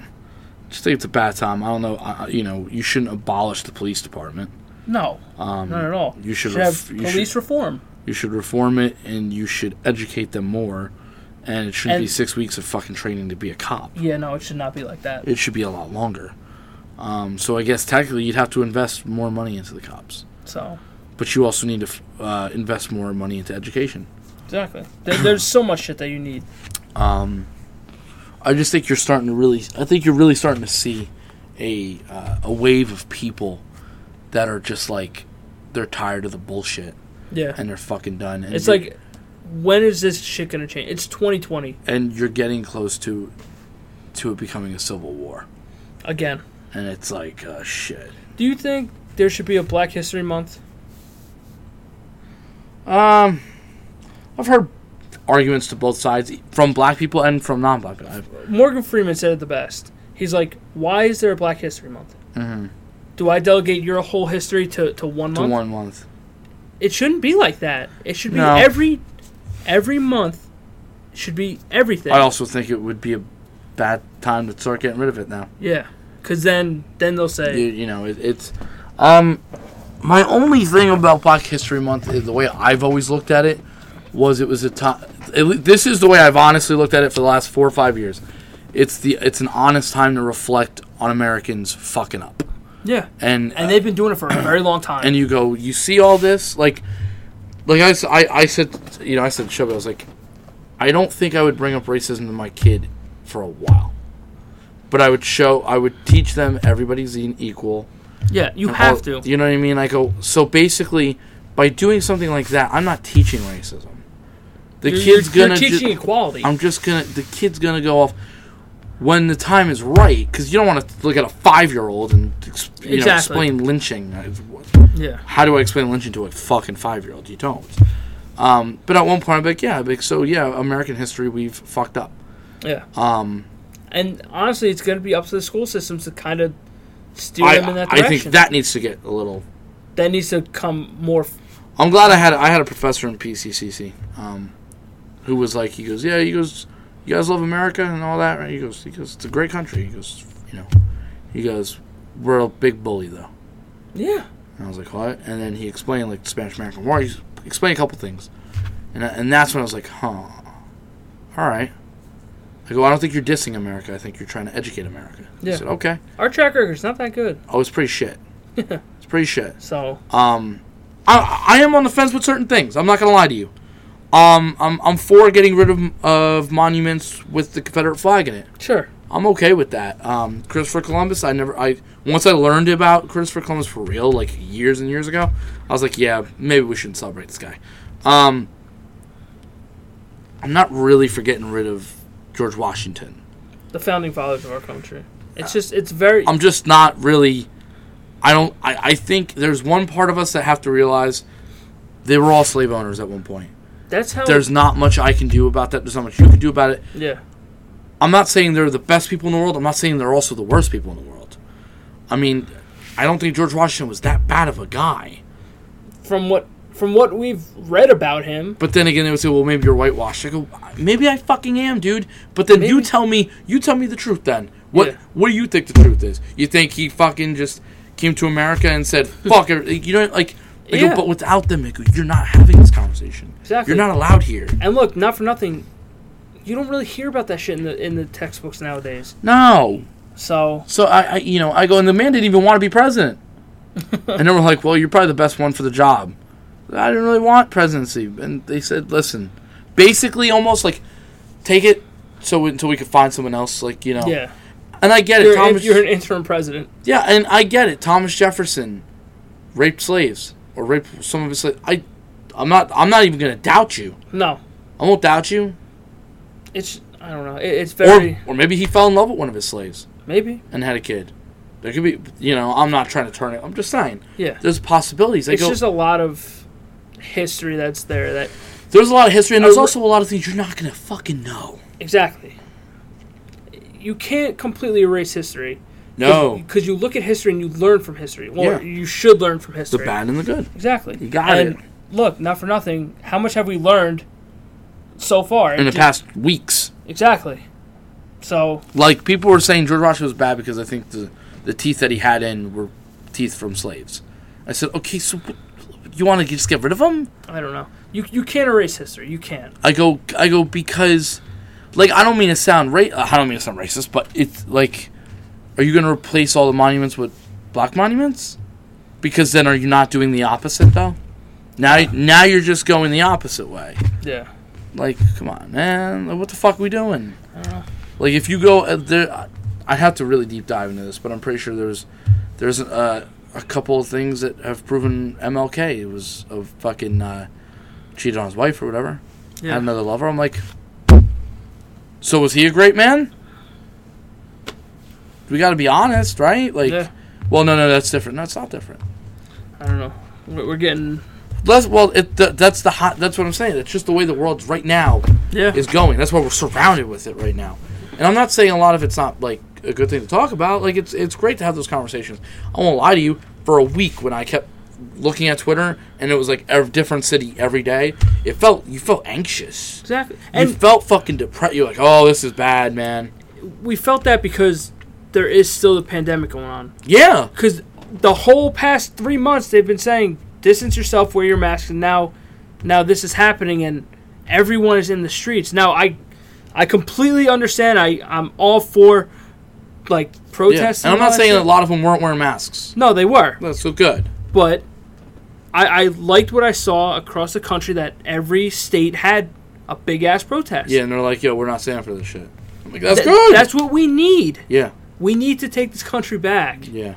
A: Just think it's a bad time. I don't know. I, I- you know, you shouldn't abolish the police department.
B: No, not at all.
A: Um, you should ref-
B: have
A: you
B: police
A: should-
B: reform.
A: You should reform it, and you should educate them more. And it shouldn't be
B: And-
A: six weeks of fucking training to be a cop.
B: Yeah, no, it should not be like that.
A: It should be a lot longer. Um, so I guess technically you'd have to invest more money into the cops,
B: So
A: but you also need to f- uh, invest more money into education.
B: exactly, there, there's so much shit that you need.
A: I just think you're starting to really. I think you're really starting to see a uh, a wave of people that are just like they're tired of the bullshit
B: Yeah,
A: and they're fucking done. And
B: it's
A: you're-
B: like, when is this shit gonna change? It's 2020
A: and you're getting close to to it becoming a civil war,
B: again.
A: and it's like uh, shit.
B: Do you think there should be a Black History Month?
A: Um, I've heard arguments to both sides e, from black people and from non-black people. I've-
B: Morgan Freeman said it the best. He's like, why is there a Black History Month? Do I delegate your whole history to, to one
A: Mm-hmm. To
B: month?
A: one month.
B: It shouldn't be like that. It should be
A: No.
B: every every month should be everything.
A: I also think it would be a bad time to start getting rid of it now.
B: yeah, because then then they'll say
A: you, you know it, it's um my only thing about black history month is the way i've always looked at it was it was a time this is the way i've honestly looked at it for the last four or five years it's the it's an honest time to reflect on americans fucking up
B: yeah,
A: and
B: and they've been doing it for a very long time.
A: and you go, you see all this, like, like I, s- I- I said, you know, I said, Chubby, I was like, I don't think I would bring up racism to my kid for a while, but I would show, I would teach them everybody's e- equal.
B: yeah, you
A: and
B: have
A: all-
B: to.
A: You know what I mean? I go, so basically, by doing something like that, I'm not teaching racism. The
B: You're,
A: kid's
B: you're-
A: gonna
B: you're
A: ju-
B: teaching equality.
A: I'm just gonna. The kid's gonna go off when the time is right, because you don't want to look at a five year old and ex- you know,
B: Exactly.
A: explain lynching. Uh,
B: yeah,
A: how do I explain lynching to a fucking five year old? You don't. Um, but at one point, I'm like, yeah, like, so yeah, American history, we've fucked up.
B: yeah.
A: Um,
B: And honestly, it's going to be up to the school systems to kind of steer
A: I,
B: them in that
A: I
B: direction.
A: think that needs to get a little.
B: that needs to come more. f-
A: I'm glad I had I had a professor in PCCC, um, who was like, he goes, yeah, he goes, you guys love America and all that, right? He goes, he goes, it's a great country. He goes, you know, he goes, we're a big bully though.
B: Yeah,
A: And I was like, what? And then he explained like the Spanish American War. He s- explained a couple things, and I- and that's when I was like, huh, all right. I go, I don't think you're dissing America. I think you're trying to educate America. He
B: Yeah.
A: said, okay.
B: our track record's not that good.
A: Oh, it's pretty shit. it's pretty shit.
B: So
A: Um, I, I am on the fence with certain things. I'm not gonna lie to you. Um, I'm I'm for getting rid of of monuments with the Confederate flag in it.
B: sure,
A: I'm okay with that. Um, Christopher Columbus, I never, I once I learned about Christopher Columbus for real, like years and years ago, I was like, yeah, maybe we shouldn't celebrate this guy. Um, I'm not really for getting rid of George Washington.
B: the founding fathers of our country. It's just it's very
A: I'm just not really. I don't. I, I think there's one part of us that have to realize they were all slave owners at one point.
B: that's how
A: There's not much I can do about that. There's not much you can do about it.
B: yeah
A: I'm not saying they're the best people in the world. I'm not saying they're also the worst people in the world. I mean, I don't think George Washington was that bad of a guy.
B: from what from what we've read about him.
A: But then again, they would say, "Well, maybe you're whitewashed." I go, "Maybe I fucking am, dude." But then you
B: Maybe.
A: tell me, you tell me the truth. Then what?
B: Yeah.
A: What do you think the truth is? You think he fucking just came to America and said, "Fuck," everything," you know, like. I go,
B: Yeah.
A: but without them, I go, you're not having this conversation.
B: Exactly.
A: You're not allowed here.
B: And look, not for nothing, you don't really hear about that shit in the in the textbooks nowadays.
A: No.
B: So
A: So I, I, you know, I go, and the man didn't even want to be president. and they were like, "Well, you're probably the best one for the job." I didn't really want presidency, and they said, "Listen, basically, almost like take it so we- until we could find someone else." Like you know,
B: yeah,
A: And I get it,
B: you're, an-
A: Thomas.
B: you're an interim president.
A: yeah, and I get it. Thomas Jefferson raped slaves or raped some of his slaves. I, I'm not. I'm not even gonna doubt you.
B: No,
A: I won't doubt you.
B: it's I don't know. It, it's very
A: Or or maybe he fell in love with one of his slaves
B: maybe
A: and had a kid. There could be, you know, I'm not trying to turn it. I'm just saying.
B: yeah.
A: There's possibilities. They
B: It's
A: go,
B: just a lot of history that's there that
A: There's a lot of history, and there's
B: I-
A: also a lot of things you're not gonna fucking know.
B: Exactly. You can't completely erase history.
A: No,
B: Because you look at history and you learn from history. Well,
A: Yeah.
B: you should learn from
A: the
B: history.
A: bad and the good.
B: Exactly. You
A: got
B: and
A: it.
B: Look, not for nothing. How much have we learned so far?
A: In the
B: Ju-
A: past weeks,
B: Exactly. So
A: Like people were saying George Washington was bad because I think the the teeth that he had in were teeth from slaves. I said, okay, so wh- you want to just get rid of them?
B: I don't know. You you can't erase history. You can't.
A: I go, I go because, like, I don't mean to sound ra- uh, I don't mean to sound racist, but it's like, are you going to replace all the monuments with black monuments? Because then, are you not doing the opposite though? Now, now you're just going the opposite way.
B: Yeah.
A: Like, come on, man. Like, What the fuck we doing? Like, if you go uh, there, I- I'd have to really deep dive into this, but I'm pretty sure there's there's a, a couple of things that have proven MLK was a fucking uh, cheated on his wife or whatever. Had
B: Yeah.
A: another lover. I'm like, so was he a great man? We got to be honest, right? Like,
B: yeah.
A: well, no, no, that's different. No, it's not different.
B: I don't know. We're, we're getting.
A: That's, well, it, th- that's the hot. That's what I'm saying. That's just the way the world's right now
B: Yeah.
A: is going. That's why we're surrounded with it right now. And I'm not saying a lot of it's not like a good thing to talk about. Like it's it's great to have those conversations. I won't lie to you. For a week, when I kept looking at Twitter and it was like a different city every day, it felt you felt anxious.
B: Exactly.
A: you
B: And
A: felt fucking depressed. You're like, oh, this is bad, man.
B: we felt that because there is still the pandemic going on.
A: Yeah,
B: Because the whole past three months they've been saying distance yourself, wear your mask, and now, now this is happening, and everyone is in the streets. Now I, I completely understand. I I'm all for, like
A: yeah.
B: protests.
A: And I'm
B: all
A: not saying
B: shit.
A: a lot of them weren't wearing masks.
B: No, they were.
A: That's so good.
B: but I, I liked what I saw across the country that every state had a big ass protest.
A: Yeah, and they're like, yo, we're not standing for this shit. I'm like, that's
B: Th-
A: good.
B: That's what we need.
A: yeah,
B: We need to take this country back.
A: yeah.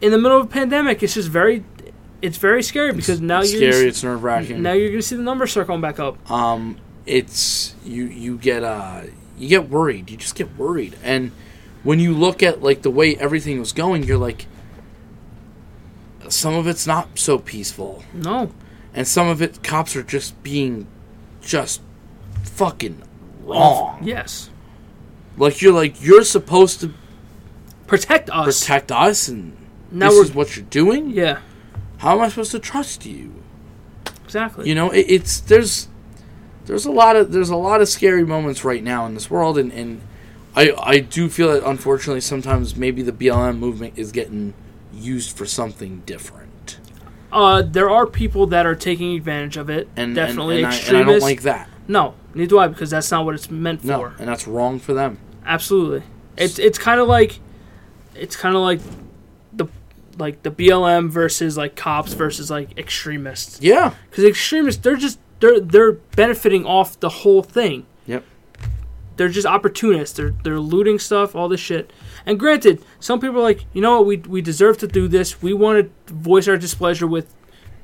B: In the middle of a pandemic, it's just very, it's very scary because now
A: it's
B: you're
A: scary.
B: gonna
A: It's nerve
B: see-
A: wracking.
B: now you're gonna see the numbers start going back up.
A: um, it's you you get uh you get worried. You just get worried, and when you look at like the way everything was going, you're like, some of it's not so peaceful,
B: No,
A: and some of it cops are just being just fucking wrong.
B: yes,
A: Like you're like you're supposed to
B: protect us.
A: protect us, and
B: now
A: this
B: we're
A: is what you're doing.
B: yeah,
A: How am I supposed to trust you?
B: exactly.
A: you know it, it's there's there's a lot of there's a lot of scary moments right now in this world and, and I I do feel that unfortunately sometimes maybe the BLM movement is getting used for something different
B: uh, there are people that are taking advantage of it.
A: and
B: definitely
A: and, and, I,
B: extremists.
A: and I don't like that
B: no, neither do I because that's not what it's meant
A: no
B: for.
A: and that's wrong for them
B: Absolutely. It's it's kind of like it's kind of like the like the BLM versus like cops versus like extremists.
A: yeah
B: Cuz extremists they're just they're they're benefiting off the whole thing.
A: yep
B: They're just opportunists. They're they're looting stuff, all this shit. And granted, some people are like, "You know what? We we deserve to do this. We want to voice our displeasure with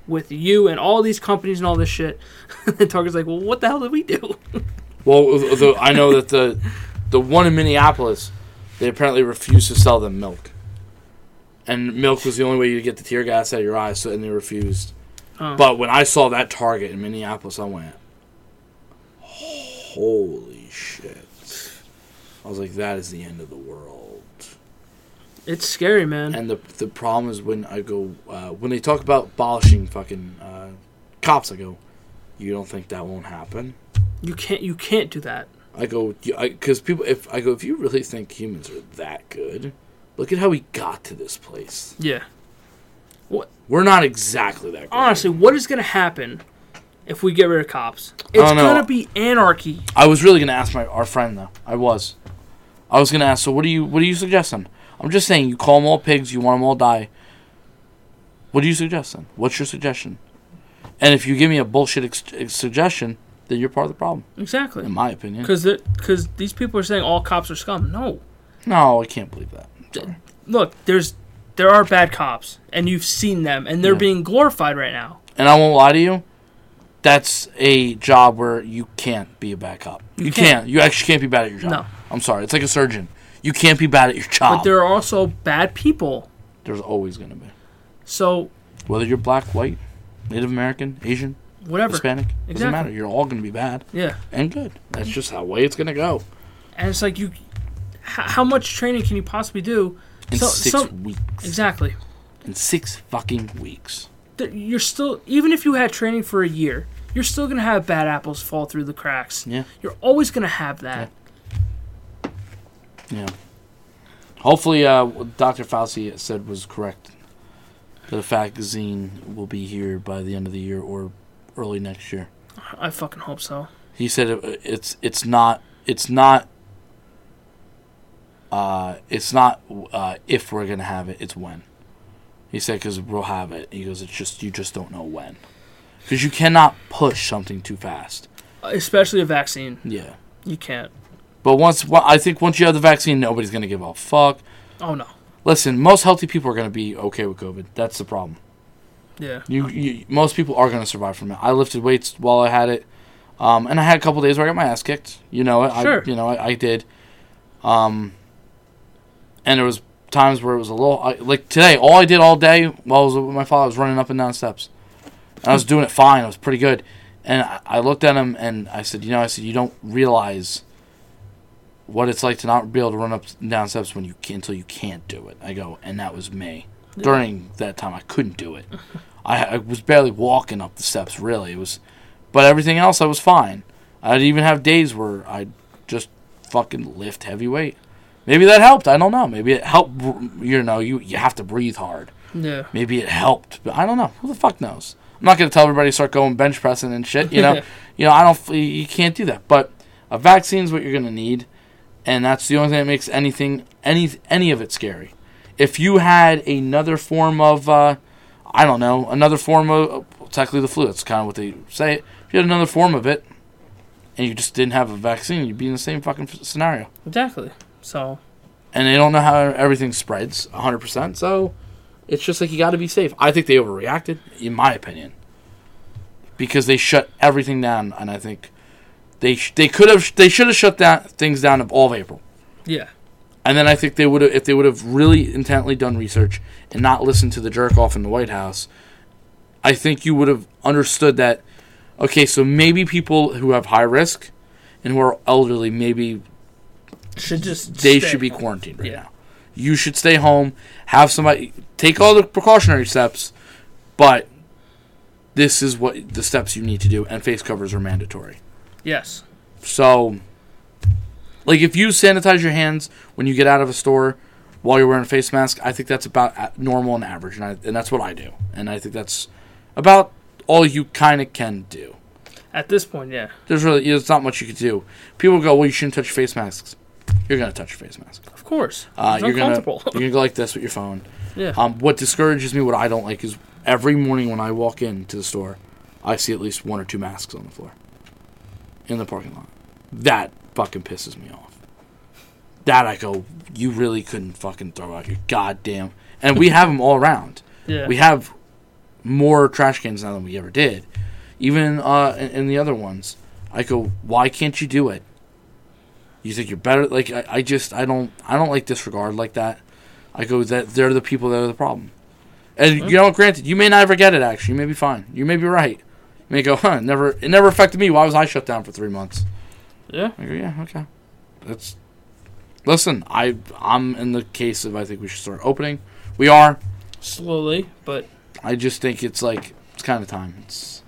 B: with you and all these companies and all this shit." and Target's like, "Well, what the hell did we do?"
A: well the, the- I know that the the one in Minneapolis they apparently refused to sell them milk and milk was the only way you get the tear gas out of your eyes so and they refused
B: Oh.
A: But when I saw that target in Minneapolis, I went, holy shit. I was like, that is the end of the world.
B: It's scary, man.
A: And the, the problem is when I go, uh, when they talk about abolishing fucking uh, cops, I go, you don't think that won't happen?
B: You can't you can't do that.
A: I go, because people, if I go, if you really think humans are that good, look at how we got to this place.
B: Yeah.
A: We're not exactly that good.
B: honestly, what is going to happen if we get rid of cops? It's
A: don't know.
B: going to be anarchy.
A: I was really gonna ask my our friend though. I was. I was gonna ask. So what do you what are you suggesting? I'm just saying you call them all pigs. You want them all die. What do you suggest then? What's your suggestion? And if you give me a bullshit ex- ex- suggestion, then you're part of the problem,
B: Exactly.
A: in my opinion.
B: Because because these people are saying all cops are scum. No,
A: No, I can't believe that.
B: look, there's there are bad cops, and you've seen them, and they're
A: Yeah.
B: being glorified right now.
A: And I won't lie to you. That's a job where you can't be a bad cop. You,
B: can't.
A: can't. You actually can't be bad at your job.
B: No.
A: I'm sorry. It's like a surgeon. You can't be bad at your job.
B: But there are also bad people.
A: There's always gonna be.
B: So
A: Whether you're black, white, Native American, Asian,
B: whatever.
A: Hispanic.
B: Exactly.
A: Doesn't matter. You're all going to be bad
B: Yeah,
A: and good. That's just how way it's going to go
B: and it's like you, h- how much training can you possibly do?
A: in
B: So-
A: six
B: so-
A: weeks.
B: Exactly.
A: In six fucking weeks.
B: Th- You're still even if you had training for a year, you're still gonna have bad apples fall through the cracks.
A: Yeah.
B: You're always going to have that.
A: Yeah. Hopefully, uh, what Dr. Fauci said was correct. That a vaccine will be here by the end of the year or early next year.
B: I fucking hope so.
A: He said it, it's it's not it's not uh, it's not uh, if we're gonna have it. It's when. He said because we'll have it. He goes, it's just you just don't know when, because you cannot push something too fast.
B: Especially a vaccine.
A: Yeah.
B: You can't.
A: But once wa- I think once you have the vaccine, nobody's gonna give a fuck.
B: Oh no.
A: Listen, most healthy people are gonna be okay with COVID. That's the problem.
B: Yeah.
A: You, you most people are gonna survive from it. I lifted weights while I had it, um, and I had a couple days where I got my ass kicked. You know it.
B: Sure.
A: I, you know I, I did. Um, and there was times where it was a little I, like today. All I did all day while I was with my father was running up and down steps. And I was doing it fine. I was pretty good. And I, I looked at him and I said, you know, I said you don't realize what it's like to not be able to run up and down steps when you can, until you can't do it. I go, and that was me. During that time, I couldn't do it. I, I was barely walking up the steps. Really, it was, but everything else, I was fine. I'd even have days where I just fucking lift heavy weight. Maybe that helped. I don't know. Maybe it helped. br- You know, you you have to breathe hard.
B: Yeah.
A: Maybe it helped. But I don't know. Who the fuck knows? I'm not gonna tell everybody to start going bench pressing and shit. You know, you know. I don't. f- You can't do that. But a vaccine's what you're gonna need, and that's the only thing that makes anything any any of it scary. If you had another form of, uh, I don't know, another form of technically the flu. That's kind of what they say. If you had another form of it, and you just didn't have a vaccine, you'd be in the same fucking f- scenario
B: Exactly. So
A: and they don't know how everything spreads 100%. So it's just like you got to be safe. I think they overreacted, in my opinion, because they shut everything down, and I think they sh- they could have they should have shut down things down of all of April.
B: yeah.
A: And then I think they would have, if they would have really intently done research and not listened to the jerk off in the White House, I think you would have understood that, okay, so maybe people who have high risk and who are elderly, maybe
B: Should just
A: they
B: stay.
A: should be quarantined right
B: Yeah.
A: now. You should stay home, have somebody take all the precautionary steps, but this is what the steps you need to do, and face covers are mandatory.
B: Yes.
A: So, like, if you sanitize your hands when you get out of a store while you're wearing a face mask, I think that's about a- normal and average, and, I, and that's what I do. And I think that's about all you kind of can do.
B: At this point, yeah.
A: There's really, there's not much you could do. People go, well, you shouldn't touch your face masks. You're going to touch your face mask.
B: Of course.
A: Uh,
B: It's
A: you're gonna
B: uncomfortable.
A: you're gonna go like this with your phone.
B: yeah.
A: Um, what discourages me, what I don't like, is every morning when I walk into the store, I see at least one or two masks on the floor in the parking lot. That fucking pisses me off. That I go, you really couldn't fucking throw out your goddamn. And we have them all around.
B: yeah.
A: We have more trash cans now than we ever did. Even uh, in, in the other ones, I go, why can't you do it? You think you're better? Like I, I just I don't I don't like disregard like that. I go that they're the people that are the problem. And you know, granted, you may not ever get it. Actually, you may be fine. You may be right. You may go, huh? Never. It never affected me. Why was I shut down for three months?
B: yeah.
A: I go, yeah, okay. That's listen. I I'm in the case of I think we should start opening. We are.
B: Slowly, but
A: I just think it's like it's kind of time. It's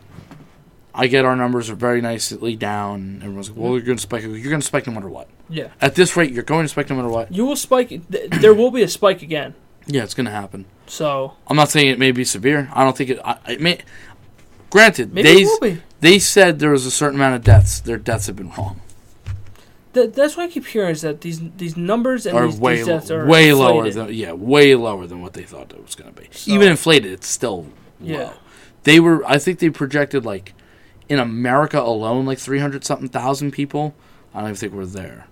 A: I get our numbers are very nicely down. Everyone's like, well, you're going to spike. You're going to spike no matter what.
B: yeah.
A: At this rate, you're going to spike no matter what.
B: You will spike. Th- there will be a spike again.
A: Yeah, it's going to happen.
B: So
A: I'm not saying it may be severe. I don't think it. I, it may. Granted,
B: maybe
A: they
B: it will be.
A: they said there was a certain amount of deaths. Their deaths have been wrong.
B: Th- that's what I keep hearing is that these these numbers and
A: Are
B: these,
A: way
B: these deaths are
A: way lower
B: inflated.
A: than yeah, way lower than what they thought it was going to be.
B: So-
A: Even inflated, it's still
B: Yeah.
A: low. They were. I think they projected like in America alone, like three hundred something thousand people. I don't even think we're there.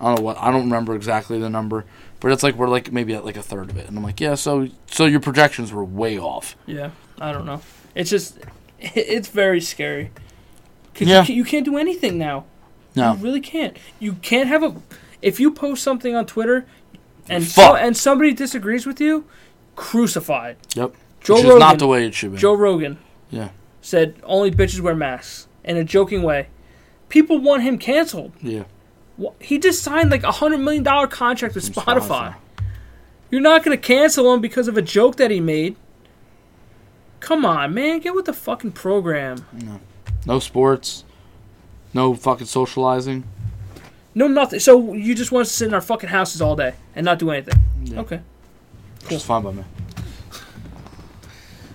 A: I don't know what. I don't remember exactly the number, but it's like we're like maybe at like a third of it. And I'm like, yeah. So so your projections were way off.
B: Yeah, I don't know. It's just, it's very scary. 'Cause
A: Yeah.
B: you, ca- you can't do anything now.
A: No.
B: You really can't. You can't have a. If you post something on Twitter, and so,
A: Fuck.
B: and somebody disagrees with you, crucified.
A: Yep.
B: Joe
A: Which
B: Rogan.
A: is not the way it should be.
B: Joe Rogan
A: yeah.
B: said only bitches wear masks in a joking way. People want him canceled.
A: Yeah.
B: Wha- He just signed like a hundred million dollar contract with
A: Spotify.
B: Spotify. You're not gonna cancel him because of a joke that he made. Come on, man, get with the fucking program.
A: No sports. No fucking socializing.
B: No, nothing. So you just want us to sit in our fucking houses all day and not do anything?
A: Yeah.
B: Okay.
A: It's fine by me.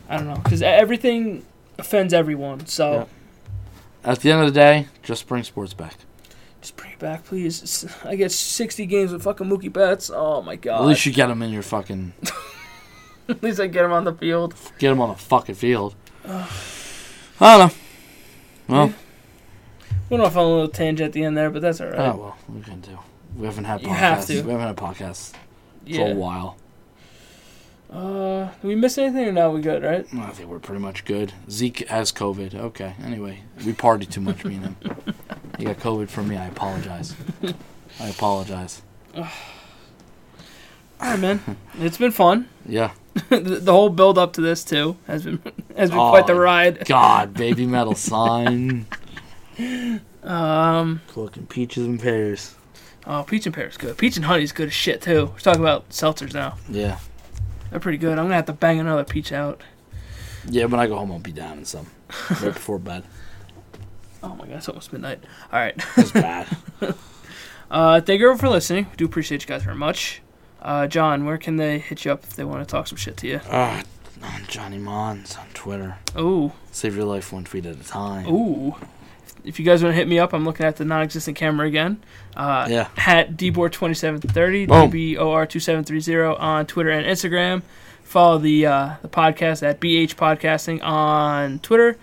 B: I don't know, because everything offends everyone. So
A: Yeah. At the end of the day, just bring sports back.
B: just bring it back, please. It's- I get sixty games with fucking Mookie Betts. Oh my god.
A: At least you get them in your fucking
B: At least I get him on the field.
A: get them on a fucking field. I don't know. Well,
B: Went off on a little tangent at the end there, but that's all right.
A: oh well, we can do. We haven't had podcasts.
B: You have to.
A: We haven't had podcasts for a
B: yeah.
A: while.
B: Uh, did we miss anything or no? We good, right?
A: I think we're pretty much good. Zeke has COVID. Okay. Anyway, we party too much, me and him. He got COVID from me. I apologize. I apologize.
B: All right, man. it's been fun.
A: Yeah.
B: the, the whole build up to this too has been has been
A: Oh,
B: quite the ride.
A: God, baby metal sign.
B: Um,
A: Fucking peaches and pears.
B: oh, peach and pear's good. Peach and honey's good as shit too. We're talking about seltzers now.
A: Yeah.
B: They're pretty good. I'm gonna have to bang another peach out.
A: Yeah, when I go home, I'll be down in some. Right before bed.
B: Oh my god, it's almost midnight. All right.
A: It's bad.
B: Uh, thank you everyone for listening. We do appreciate you guys very much. Uh, John, where can they hit you up if they want to talk some shit to you?
A: Ah, on Johnny Mons on Twitter.
B: Oh,
A: Save your life one tweet at a time.
B: ooh. If you guys want to hit me up, I'm looking at the non-existent camera again. Uh,
A: Yeah.
B: Hat dbor2730,
A: Boom.
B: dbor2730 on Twitter and Instagram. Follow the uh, the podcast at bh podcasting on Twitter.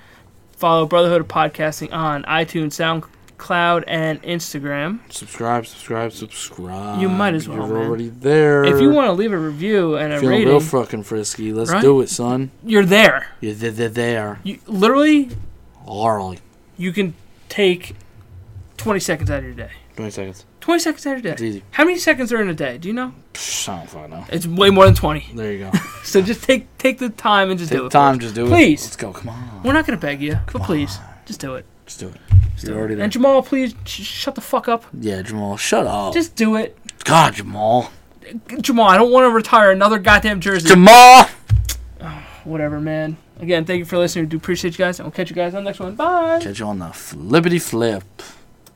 B: Follow Brotherhood of Podcasting on iTunes, SoundCloud, and Instagram.
A: Subscribe, subscribe, subscribe.
B: You might as well,
A: You're
B: man.
A: already there.
B: If you want to leave a review and a
A: Feeling
B: rating,
A: real fucking frisky. Let's
B: Right?
A: do it, son.
B: you're there.
A: You're th- th- there.
B: You literally
A: Orally.
B: you can take 20 seconds out of your day.
A: 20 seconds.
B: 20 seconds out of your
A: It's
B: day.
A: easy.
B: How many seconds are in a day? Do you know?
A: Psh, I don't fucking know.
B: It's way more than 20.
A: There you go.
B: So just take take the time and just
A: Take
B: do
A: the
B: it.
A: time,
B: for us.
A: just do it.
B: Please.
A: Let's go. Come on.
B: We're not going to beg you, but please, just do it.
A: Just do it.
B: Just
A: You're
B: do
A: already
B: it.
A: there.
B: And Jamal, please sh- shut the fuck up.
A: Yeah, Jamal, shut up.
B: Just do it.
A: God, Jamal.
B: Jamal, I don't want to retire another goddamn jersey.
A: Jamal!
B: Whatever, man. Again, thank you for listening. We do appreciate you guys, and we'll catch you guys on the next one. Bye.
A: Catch you on the flippity flip.